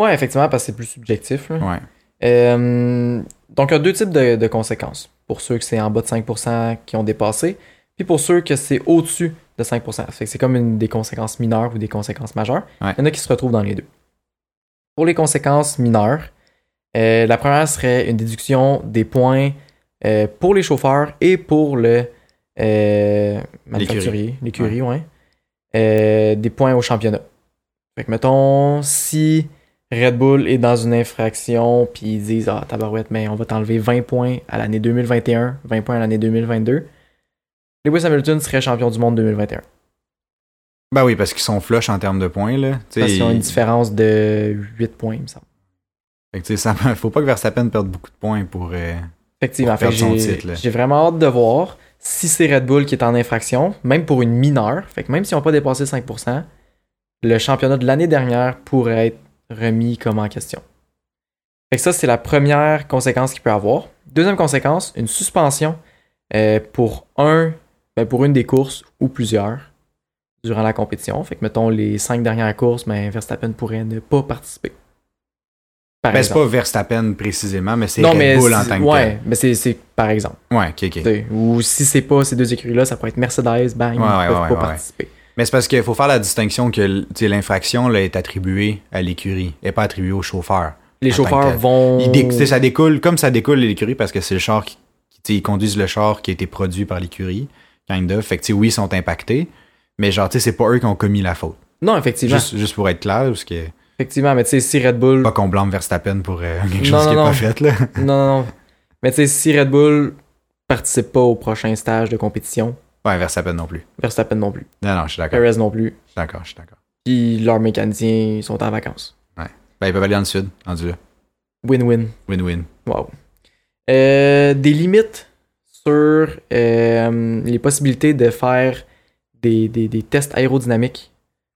Speaker 1: Ouais, effectivement, parce que c'est plus subjectif. là.
Speaker 2: Ouais.
Speaker 1: Euh, donc, il y a deux types de, de conséquences. Pour ceux que c'est en bas de 5% qui ont dépassé, puis pour ceux que c'est au-dessus de 5%. Ça fait que c'est comme une des conséquences mineures ou des conséquences majeures.
Speaker 2: Ouais.
Speaker 1: Il y en a qui se retrouvent dans les deux. Pour les conséquences mineures, euh, la première serait une déduction des points euh, pour les chauffeurs et pour le euh, manufacturier, l'écurie, ouais. Euh, des points au championnat. Fait que mettons, si Red Bull est dans une infraction, puis ils disent Ah, tabarouette, mais on va t'enlever 20 points à l'année 2021, 20 points à l'année 2022. Lewis Hamilton serait champion du monde 2021.
Speaker 2: Ben oui, parce qu'ils sont flush en termes de points. Là. Tu sais,
Speaker 1: Parce qu'ils ont une différence de 8 points, il me semble.
Speaker 2: fait que, tu sais, ça- faut pas que Verstappen perde beaucoup de points pour. euh,
Speaker 1: Effectivement,
Speaker 2: Pour
Speaker 1: fait que
Speaker 2: perdre son
Speaker 1: j'ai-
Speaker 2: titre, là.
Speaker 1: j'ai vraiment hâte de voir si c'est Red Bull qui est en infraction, même pour une mineure. Fait que même s'ils n'ont pas dépassé 5%, le championnat de l'année dernière pourrait être remis comme en question. Fait que ça, c'est la première conséquence qu'il peut avoir. Deuxième conséquence, une suspension euh, pour un, ben, pour une des courses ou plusieurs durant la compétition. Fait que mettons les cinq dernières courses, ben, Verstappen pourrait ne pas participer. Par
Speaker 2: Ben, c'est
Speaker 1: exemple.
Speaker 2: pas Verstappen précisément, mais c'est
Speaker 1: non,
Speaker 2: Red
Speaker 1: mais
Speaker 2: Bull en
Speaker 1: c'est-
Speaker 2: tant que
Speaker 1: ouais, mais c'est c'est par exemple.
Speaker 2: tel. Ouais, ok, ok.
Speaker 1: T'sais, Ou si c'est pas ces deux écuries-là, ça pourrait être Mercedes, bang, ils
Speaker 2: Ouais, ouais,
Speaker 1: peuvent
Speaker 2: ouais,
Speaker 1: pas
Speaker 2: ouais.
Speaker 1: participer.
Speaker 2: Mais c'est parce qu'il faut faire la distinction que tu sais, l'infraction là, est attribuée à l'écurie et pas attribuée au chauffeur.
Speaker 1: Les
Speaker 2: En tant que
Speaker 1: chauffeurs
Speaker 2: tel.
Speaker 1: vont.
Speaker 2: Il dé- tu sais, ça découle, comme ça découle de l'écurie parce que c'est le char qui. qui, tu sais, ils conduisent le char qui a été produit par l'écurie, kind of. Fait que tu sais, oui, ils sont impactés, mais genre, tu sais, c'est pas eux qui ont commis la faute.
Speaker 1: Non, effectivement.
Speaker 2: Juste, juste pour être clair, parce que.
Speaker 1: Effectivement, mais tu sais, si Red Bull.
Speaker 2: Pas qu'on blâme Verstappen pour euh, quelque
Speaker 1: Non,
Speaker 2: chose qui n'est
Speaker 1: non, non.
Speaker 2: pas fait, là.
Speaker 1: non, non, non. Mais tu sais, si Red Bull participe pas au prochain stage de compétition,
Speaker 2: Ouais, Verstappen non plus.
Speaker 1: Verstappen non plus,
Speaker 2: Non, non, je suis d'accord.
Speaker 1: Perez non plus,
Speaker 2: Je suis d'accord, je suis d'accord.
Speaker 1: Puis leurs mécaniciens sont en vacances.
Speaker 2: Ben, ils peuvent aller dans le sud, rendu là.
Speaker 1: Win-win.
Speaker 2: Win-win.
Speaker 1: Wow. Euh, des limites sur euh, les possibilités de faire des, des- des tests aérodynamiques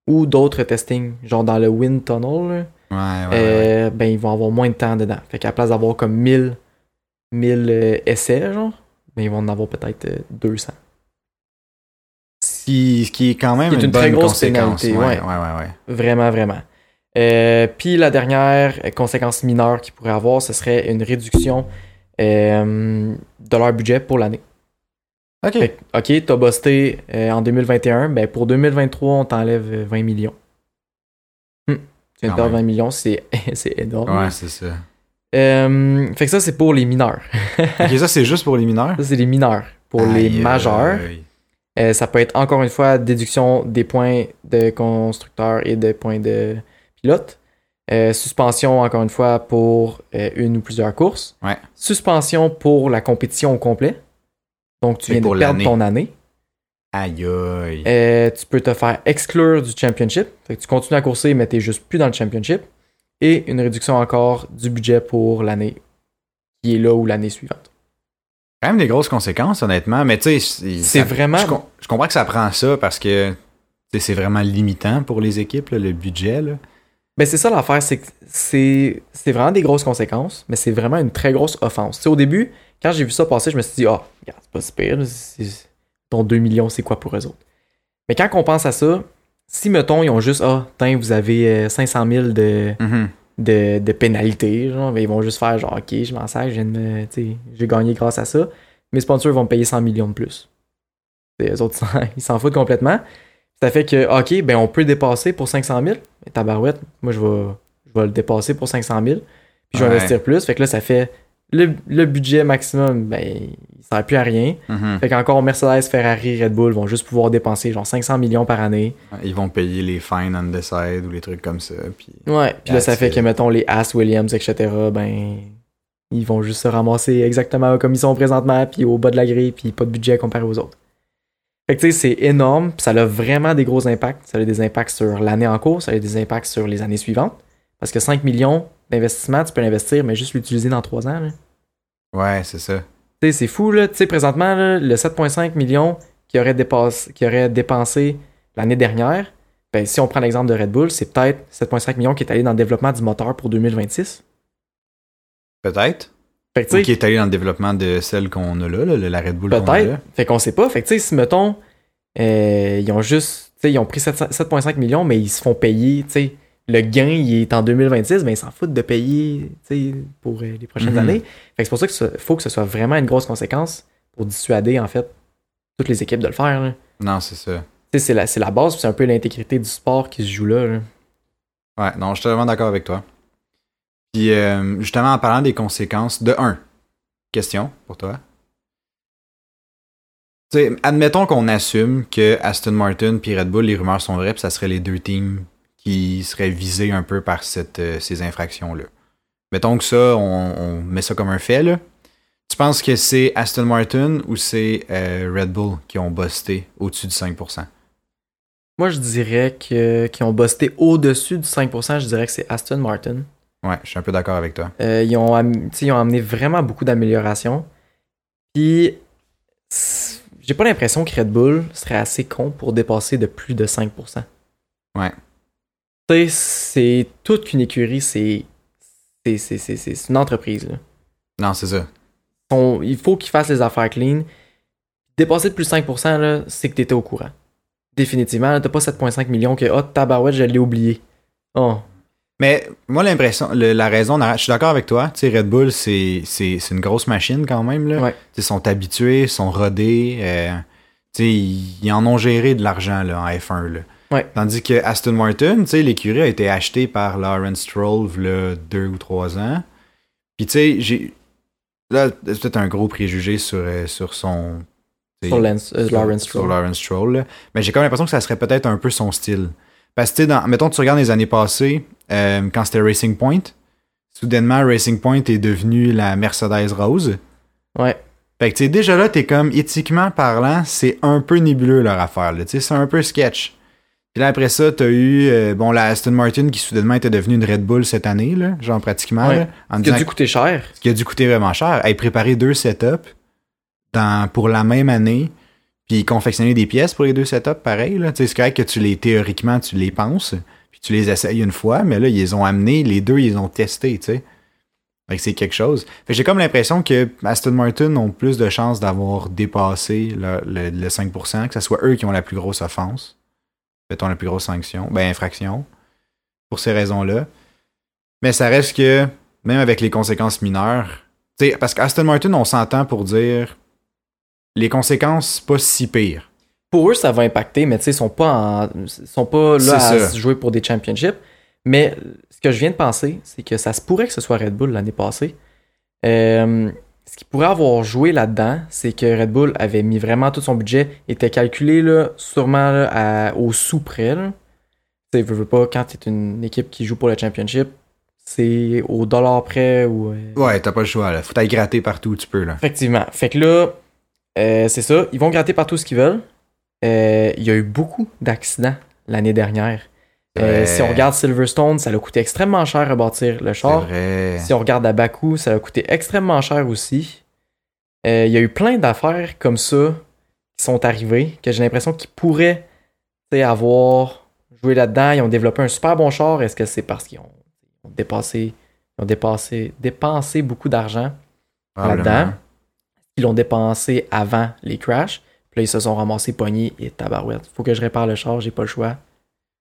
Speaker 1: ou d'autres testings, genre dans le wind tunnel, là,
Speaker 2: Ouais, ouais, ouais.
Speaker 1: euh, ben ils vont avoir moins de temps dedans. Fait qu'à la place d'avoir comme 1000, 1000 euh, essais, genre, ben ils vont en avoir peut-être euh, 200.
Speaker 2: Ce qui, ce qui est quand même
Speaker 1: qui est
Speaker 2: une,
Speaker 1: une
Speaker 2: bonne
Speaker 1: très grosse
Speaker 2: conséquence.
Speaker 1: pénalité,
Speaker 2: ouais,
Speaker 1: ouais.
Speaker 2: ouais, ouais, ouais.
Speaker 1: Vraiment, vraiment. Euh, Puis la dernière euh, conséquence mineure qu'ils pourraient avoir, ce serait une réduction euh, de leur budget pour l'année.
Speaker 2: Ok.
Speaker 1: Fait que, OK, t'as busté euh, en 2021, ben pour 2023, on t'enlève euh, 20 millions. Hum, Tu viens de
Speaker 2: Quand
Speaker 1: perdre
Speaker 2: même.
Speaker 1: 20 millions, c'est c'est énorme.
Speaker 2: Ah Ouais, c'est ça.
Speaker 1: Euh, fait que ça, c'est pour les mineurs.
Speaker 2: ok, ça, c'est juste pour les mineurs.
Speaker 1: Ça, c'est les mineurs. Pour les
Speaker 2: Aïe,
Speaker 1: majeurs,
Speaker 2: aïe.
Speaker 1: euh, ça peut être encore une fois déduction des points de constructeur et des points de pilote. Euh, suspension, encore une fois, pour euh, une ou plusieurs courses.
Speaker 2: Ouais.
Speaker 1: Suspension pour la compétition au complet. Donc, tu
Speaker 2: Fait
Speaker 1: viens
Speaker 2: pour
Speaker 1: de perdre
Speaker 2: l'année.
Speaker 1: ton année.
Speaker 2: Aïe, aïe.
Speaker 1: Euh, tu peux te faire exclure du championship. Fait que tu continues à courser, mais tu juste plus dans le championship. Et une réduction encore du budget pour l'année qui est là ou l'année suivante.
Speaker 2: Quand même des grosses conséquences, honnêtement. Mais tu sais, c'est
Speaker 1: C'est
Speaker 2: ça-
Speaker 1: vraiment-
Speaker 2: Je, com- je comprends que ça prend ça parce que tu sais, c'est vraiment limitant pour les équipes, là, le budget. Là.
Speaker 1: Ben c'est ça l'affaire, c'est que c'est c'est vraiment des grosses conséquences, mais c'est vraiment une très grosse offense. Tu sais, au début, quand j'ai vu ça passer, je me suis dit, ah, regarde, c'est pas si pire, là, c'est- ton 2 millions, c'est quoi pour eux autres? Mais quand on pense à ça, si, mettons, ils ont juste, ah, tiens, vous avez euh, 500 000 de,
Speaker 2: Mm-hmm,
Speaker 1: de, de pénalité. Genre, ben, ils vont juste faire genre, OK, je m'en sers, je viens de me- tu sais, j'ai gagné grâce à ça. Mes sponsors vont me payer 100 millions de plus. Et eux autres, ils s'en- ils s'en foutent complètement. Ça fait que, OK, ben, on peut dépasser pour 500 000. Mais tabarouette, moi, je vais, je vais le dépasser pour 500 000. Puis je vais
Speaker 2: Ouais.
Speaker 1: investir plus. Fait que là, ça fait le, le budget maximum, ben, il sert plus à rien.
Speaker 2: Mhm.
Speaker 1: Fait qu'encore Mercedes, Ferrari, Red Bull vont juste pouvoir dépenser genre 500 millions par année.
Speaker 2: Ils vont payer les fines on the side ou les trucs comme ça. Puis...
Speaker 1: Ouais, puis là, ça
Speaker 2: That's
Speaker 1: fait
Speaker 2: it.
Speaker 1: que, mettons, les As, Williams, etc., ben, ils vont juste se ramasser exactement comme ils sont présentement, puis au bas de la grille, puis pas de budget comparé aux autres. Fait que, tu sais, c'est énorme, puis ça a vraiment des gros impacts. Ça a des impacts sur l'année en cours, ça a des impacts sur les années suivantes. Parce que 5 millions d'investissement, tu peux l'investir, mais juste l'utiliser dans 3 ans. là.
Speaker 2: Ouais, c'est ça.
Speaker 1: Tu sais, c'est fou, là. Tu sais, présentement, là, le 7,5 millions qui aurait, dépassé, qui aurait dépensé l'année dernière, ben, si on prend l'exemple de Red Bull, c'est peut-être 7,5 millions qui est allé dans le développement du moteur pour 2026.
Speaker 2: Peut-être.
Speaker 1: Fait que, tu
Speaker 2: Ou
Speaker 1: sais,
Speaker 2: qui est allé dans le développement de celle qu'on a là, là, la Red Bull qu'on a là.
Speaker 1: peut-être. Fait qu'on sait pas. Fait que, tu sais, si, mettons, euh, ils ont juste, tu sais, ils ont pris 700 7,5 millions, mais ils se font payer, tu sais, le gain, il est en 2026, mais ben, ils s'en foutent de payer, tu sais, pour euh, les prochaines
Speaker 2: Mhm.
Speaker 1: années. Fait que c'est pour ça que ça- faut que ce soit vraiment une grosse conséquence pour dissuader, en fait, toutes les équipes de le faire, là.
Speaker 2: Non, c'est ça.
Speaker 1: Tu sais, c'est la, c'est la base, puis c'est un peu l'intégrité du sport qui se joue là. là.
Speaker 2: Ouais, non, je suis totalement d'accord avec toi. Puis euh, justement, en parlant des conséquences, de un, question pour toi. Tu sais, admettons qu'on assume que Aston Martin puis Red Bull, les rumeurs sont vraies, puis ça serait les deux teams qui seraient visés un peu par cette, euh, ces infractions-là. Mettons que ça, on, on met ça comme un fait, là. Tu penses que c'est Aston Martin ou c'est euh, Red Bull qui ont busté au-dessus de 5%?
Speaker 1: Moi, je dirais que qu'ils ont busté au-dessus du 5%, je dirais que c'est Aston Martin.
Speaker 2: Ouais, je suis un peu d'accord avec toi.
Speaker 1: Euh, ils, ont, am- tu sais, ils ont amené vraiment beaucoup d'améliorations. Puis, c'est- j'ai pas l'impression que Red Bull serait assez con pour dépasser de plus de 5%.
Speaker 2: Ouais.
Speaker 1: Tu sais, c'est toute qu'une écurie, c'est c'est- c'est- c'est- c'est une entreprise. Là.
Speaker 2: Non, c'est ça.
Speaker 1: Son- il faut qu'ils fassent les affaires clean. Dépasser de plus 5%, là, c'est que t'étais au courant. Définitivement, là, t'as pas 7,5 millions que, oh, tabarouette, je l'ai oublié. Oh,
Speaker 2: Mais moi, l'impression, le- la raison, je suis d'accord avec toi. Tu sais, Red Bull, c'est c'est- c'est une grosse machine quand même. Là.
Speaker 1: Ouais.
Speaker 2: Tu sais, Ils sont habitués, ils sont rodés. euh, tu sais, ils, ils en ont géré de l'argent là, en F1. Là.
Speaker 1: Ouais.
Speaker 2: Tandis que Aston Martin, tu sais, l'écurie a été achetée par Lawrence Stroll le deux ou trois ans. Puis tu sais, j'ai. Là, c'est peut-être un gros préjugé sur, euh, sur son. tu sais,
Speaker 1: sur Lance- euh,
Speaker 2: sur-
Speaker 1: Lawrence
Speaker 2: sur
Speaker 1: Stroll.
Speaker 2: Lawrence Stroll, là. Mais j'ai quand même l'impression que ça serait peut-être un peu son style. Parce que, tu sais, dans- mettons, tu regardes les années passées, euh, quand c'était Racing Point, soudainement, Racing Point est devenu la Mercedes Rose.
Speaker 1: Ouais.
Speaker 2: Fait que, tu sais, déjà là, t'es comme, éthiquement parlant, c'est un peu nébuleux leur affaire, là. Tu sais, c'est un peu sketch. Puis là, après ça, t'as eu, euh, bon, la Aston Martin qui soudainement était devenue une Red Bull cette année, là, genre pratiquement,
Speaker 1: Ouais.
Speaker 2: là, en
Speaker 1: Ce qui a
Speaker 2: disant
Speaker 1: dû coûter cher.
Speaker 2: ce qui a dû coûter vraiment cher. Elle préparer deux setups dans, pour la même année, puis confectionner des pièces pour les deux setups, pareil. là. Tu sais, C'est correct que tu les, théoriquement, tu les penses, puis tu les essayes une fois, mais là, ils les ont amenés, les deux, ils les ont testés, tu sais. Fait que c'est quelque chose. Fait que j'ai comme l'impression que Aston Martin ont plus de chances d'avoir dépassé le, le- le 5%, que ce soit eux qui ont la plus grosse offense, mettons la plus grosse sanction, ben infraction, pour ces raisons-là. Mais ça reste que même avec les conséquences mineures. Tu sais, parce qu'Aston Martin, on s'entend pour dire les conséquences, c'est pas si pire.
Speaker 1: Pour eux, ça va impacter, mais tu sais, ils sont pas en- ils sont pas là
Speaker 2: C'est
Speaker 1: à
Speaker 2: ça.
Speaker 1: se jouer pour des championships. Mais ce que je viens de penser, c'est que ça se pourrait que ce soit Red Bull l'année passée. Euh, ce qui pourrait avoir joué là-dedans, c'est que Red Bull avait mis vraiment tout son budget, était calculé là, sûrement là, à- au sous près. là. Tu sais, veux, veux pas, quand t'es une équipe qui joue pour le championship, c'est au dollar près ou. euh,
Speaker 2: Ouais, t'as pas le choix, là. Faut t'aller gratter partout où tu peux, là.
Speaker 1: Effectivement. Fait que là, euh, c'est ça. Ils vont gratter partout ce qu'ils veulent. Euh, Il y a eu beaucoup d'accidents l'année dernière. Euh,
Speaker 2: Ouais.
Speaker 1: si on regarde Silverstone, ça l'a coûté extrêmement cher à bâtir le
Speaker 2: C'est
Speaker 1: char.
Speaker 2: vrai.
Speaker 1: Si on regarde à Baku, ça a coûté extrêmement cher aussi. Euh, Il y a eu plein d'affaires comme ça qui sont arrivées, que j'ai l'impression qu'ils pourraient tu sais, avoir joué là-dedans. Ils ont développé un super bon char. Est-ce que c'est parce qu'ils ont, ont dépassé, ils ont dépassé, dépensé beaucoup d'argent?
Speaker 2: Probablement.
Speaker 1: là-dedans. Ils l'ont dépensé avant les crashs. Puis là, ils se sont ramassés pognés et tabarouette. Faut que je répare le char, j'ai pas le choix.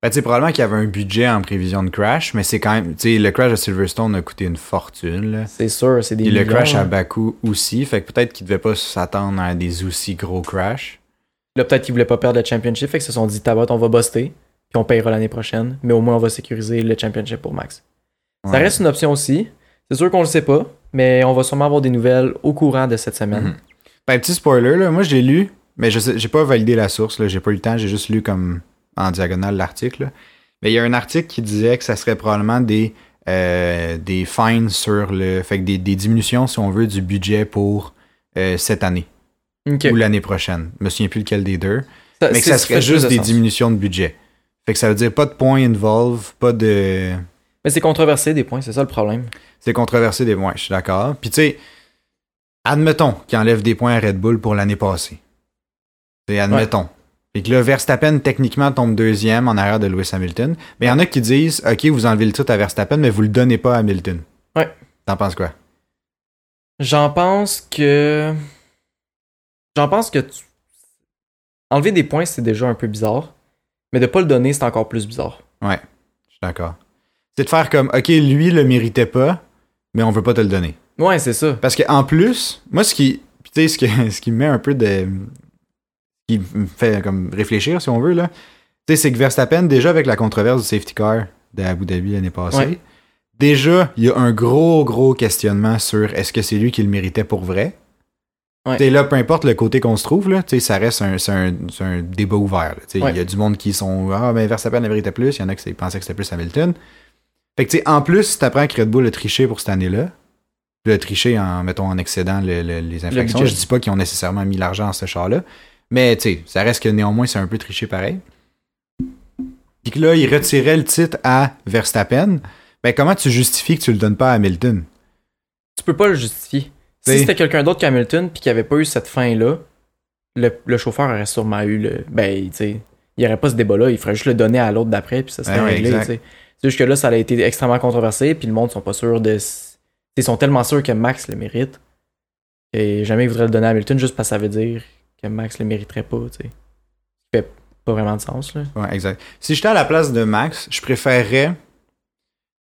Speaker 2: Ben, tu sais, probablement qu'il y avait un budget en prévision de crash, mais c'est quand même. Tu sais, le crash de Silverstone a coûté une fortune, là.
Speaker 1: C'est sûr, c'est des.
Speaker 2: Et le
Speaker 1: millions,
Speaker 2: crash à
Speaker 1: hein.
Speaker 2: Baku aussi, fait que peut-être qu'ils devaient pas s'attendre à des aussi gros crashs.
Speaker 1: Là, peut-être qu'ils voulaient pas perdre le championship, fait qu'ils se sont dit tabarouette, on va buster, puis on payera l'année prochaine, mais au moins on va sécuriser le championship pour Max. Ça
Speaker 2: Ouais.
Speaker 1: reste une option aussi. C'est sûr qu'on le sait pas, mais on va sûrement avoir des nouvelles au courant de cette semaine.
Speaker 2: Mhm. Ben, petit spoiler, là, moi je l'ai lu, mais je sais- j'ai pas validé la source, là, j'ai pas eu le temps, j'ai juste lu comme en diagonale l'article. là. Mais il y a un article qui disait que ça serait probablement des, euh, des fines sur le. Fait que des, des diminutions, si on veut, du budget pour euh, cette année
Speaker 1: Ok.
Speaker 2: Mm-hmm.
Speaker 1: Euh,
Speaker 2: ou l'année prochaine. Je me souviens plus lequel des deux. Mais que
Speaker 1: c'est-
Speaker 2: ça
Speaker 1: fait
Speaker 2: serait
Speaker 1: plus
Speaker 2: juste
Speaker 1: de
Speaker 2: des
Speaker 1: sens.
Speaker 2: diminutions de budget. Fait que ça veut dire pas de points involved, pas de.
Speaker 1: Mais c'est controversé des points, c'est ça le problème.
Speaker 2: C'est controversé des points, je suis d'accord. Puis tu sais, admettons qu'il enlève des points à Red Bull pour l'année passée. C'est admettons. Et que là, Verstappen techniquement tombe deuxième en arrière de Lewis Hamilton. Mais il y en a qui disent Ok, vous enlevez le titre à Verstappen, mais vous le donnez pas à Hamilton.
Speaker 1: Ouais.
Speaker 2: T'en penses quoi?
Speaker 1: J'en pense que. J'en pense que tu- enlever des points, c'est déjà un peu bizarre. Mais de pas le donner, c'est encore plus bizarre.
Speaker 2: Je suis d'accord. C'est de faire comme Ok, lui le méritait pas, mais on veut pas te le donner.
Speaker 1: Ouais, c'est ça.
Speaker 2: Parce que en plus, moi ce qui puis tu sais ce que- ce qui me met un peu de qui me fait comme réfléchir si on veut là, tu sais c'est que Verstappen déjà avec la controverse du safety car de Abu Dhabi l'année passée,
Speaker 1: Ouais.
Speaker 2: déjà il y a un gros gros questionnement sur est-ce que c'est lui qui le méritait pour vrai.
Speaker 1: Ouais.
Speaker 2: Tu sais, là, peu importe le côté qu'on se trouve, là, tu sais, ça reste un, c'est un- c'est un débat ouvert. là. Tu sais, Il
Speaker 1: Ouais.
Speaker 2: y a du monde qui sont Ah, mais Verstappen le méritait plus, il y en a qui pensaient que c'était plus Hamilton. Fait que, tu sais, en plus, si t'apprends que Red Bull a triché pour cette année-là, le tricher en, mettons, en excédant le- le- les infractions.
Speaker 1: budget.
Speaker 2: je dis pas qu'ils ont nécessairement mis l'argent dans ce char-là, mais tu sais, ça reste que néanmoins, c'est un peu triché pareil. Puis que là, il retirait le titre à Verstappen. Ben, comment tu justifies que tu le donnes pas à Hamilton?
Speaker 1: Tu peux pas le justifier. Si
Speaker 2: Oui.
Speaker 1: c'était quelqu'un d'autre qu'Hamilton puis qui avait pas eu cette fin-là, le, le chauffeur aurait sûrement eu le. Ben, tu sais, il y aurait pas ce débat-là. Il ferait juste le donner à l'autre d'après puis ça serait
Speaker 2: Ouais, ouais,
Speaker 1: réglé,
Speaker 2: exact.
Speaker 1: tu sais. C'est juste que là, ça a été extrêmement controversé puis le monde sont pas sûrs de. s- Ils sont tellement sûrs que Max le mérite. Et jamais ils voudraient le donner à Hamilton juste parce que ça veut dire que Max le mériterait pas, tu sais. Ça fait pas vraiment de sens, là.
Speaker 2: Ouais, exact. Si j'étais à la place de Max, je préférerais.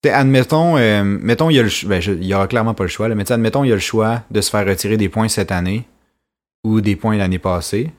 Speaker 2: t'sais, admettons, euh, mettons, il y a le ch- ben, je- il y aura clairement pas le choix, là, mais t'sais, admettons, il y a le choix de se faire retirer des points cette année ou des points l'année passée.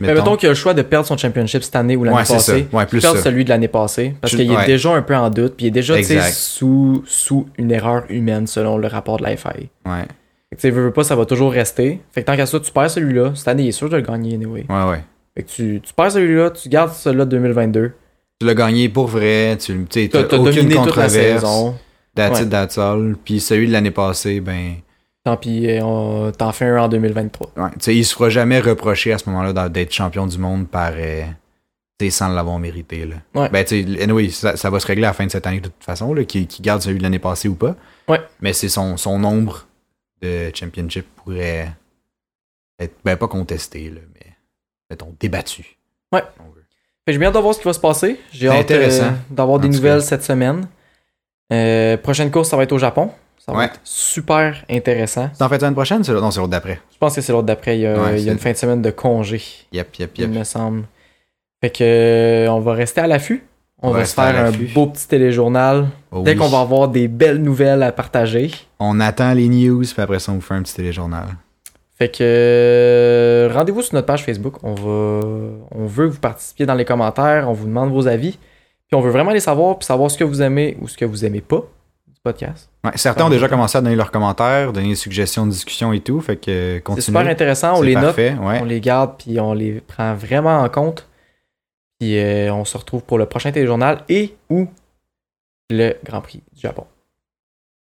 Speaker 1: Mais Ben, mettons qu'il a le choix de perdre son championship cette année ou l'année
Speaker 2: ouais, c'est ça.
Speaker 1: passée.
Speaker 2: Ouais, plus
Speaker 1: perdre
Speaker 2: ça.
Speaker 1: celui de l'année passée parce
Speaker 2: Je-
Speaker 1: qu'il
Speaker 2: ouais.
Speaker 1: est déjà un peu en doute puis il est déjà tu sais,
Speaker 2: Exact.
Speaker 1: sous, sous une erreur humaine selon le rapport de la FIA. Fait
Speaker 2: Ouais,
Speaker 1: que tu sais, veux, veux pas, ça va toujours rester. Fait que tant qu'à ça, tu perds celui-là. Cette année, il est sûr de le gagner anyway.
Speaker 2: ouais, ouais.
Speaker 1: Fait que tu, tu perds celui-là, tu gardes celui-là de 2022.
Speaker 2: Tu l'as gagné pour vrai, tu le- t'sais,
Speaker 1: T'as
Speaker 2: t'as
Speaker 1: t'as
Speaker 2: aucune
Speaker 1: dominé toute la
Speaker 2: controverse.
Speaker 1: saison.
Speaker 2: That's
Speaker 1: Ouais.
Speaker 2: it, that's all. Puis celui de l'année passée, ben,
Speaker 1: Tant pis, eh, on- t'en fais un en 2023.
Speaker 2: ouais, tu sais, il se fera jamais reprocher à ce moment-là d'a- d'être champion du monde par, euh, tu sais, sans l'avoir mérité. Là.
Speaker 1: Ouais.
Speaker 2: Ben, tu sais, anyway, ça, ça va se régler à la fin de cette année de toute façon, là, qui, qui garde celui de l'année passée ou pas.
Speaker 1: Ouais.
Speaker 2: Mais c'est son, son nombre de championship pourrait être, ben, pas contesté, là, mais mettons, débattu.
Speaker 1: Ouais.
Speaker 2: si on veut.
Speaker 1: Fait que J'ai bien hâte de voir ce qui va se passer. J'ai
Speaker 2: C'est
Speaker 1: hâte euh,
Speaker 2: intéressant,
Speaker 1: d'avoir des
Speaker 2: en tout
Speaker 1: nouvelles cette semaine. Euh, prochaine course, ça va être au Japon. Ça va
Speaker 2: Ouais.
Speaker 1: être super intéressant.
Speaker 2: C'est en fin de semaine prochaine, c'est l'autre- non, c'est l'autre d'après.
Speaker 1: Je pense que c'est l'autre d'après. Il, y a-
Speaker 2: Ouais,
Speaker 1: il y
Speaker 2: c'est-
Speaker 1: a une fin de semaine de congé,
Speaker 2: Yep, yep,
Speaker 1: il
Speaker 2: yep.
Speaker 1: me semble. Fait que euh, on va rester à l'affût. On,
Speaker 2: On va
Speaker 1: va se
Speaker 2: rester à
Speaker 1: faire un
Speaker 2: l'affût.
Speaker 1: beau petit téléjournal.
Speaker 2: Oh
Speaker 1: Dès
Speaker 2: oui.
Speaker 1: qu'on va avoir des belles nouvelles à partager.
Speaker 2: On attend les news, puis après ça, on vous fait un petit téléjournal.
Speaker 1: Fait que euh, rendez-vous sur notre page Facebook. On va, on veut que vous participiez dans les commentaires. On vous demande vos avis. Puis on veut vraiment les savoir, puis savoir ce que vous aimez ou ce que vous aimez pas du podcast.
Speaker 2: Ouais, certains ont déjà commencé à donner leurs commentaires, donner des suggestions de discussion et tout, fait que euh,
Speaker 1: C'est
Speaker 2: continuez.
Speaker 1: super intéressant. On
Speaker 2: C'est
Speaker 1: les note,
Speaker 2: parfait, ouais.
Speaker 1: on les garde, puis on les prend vraiment en compte. Puis euh, on se retrouve pour le prochain téléjournal et ou le Grand Prix du Japon.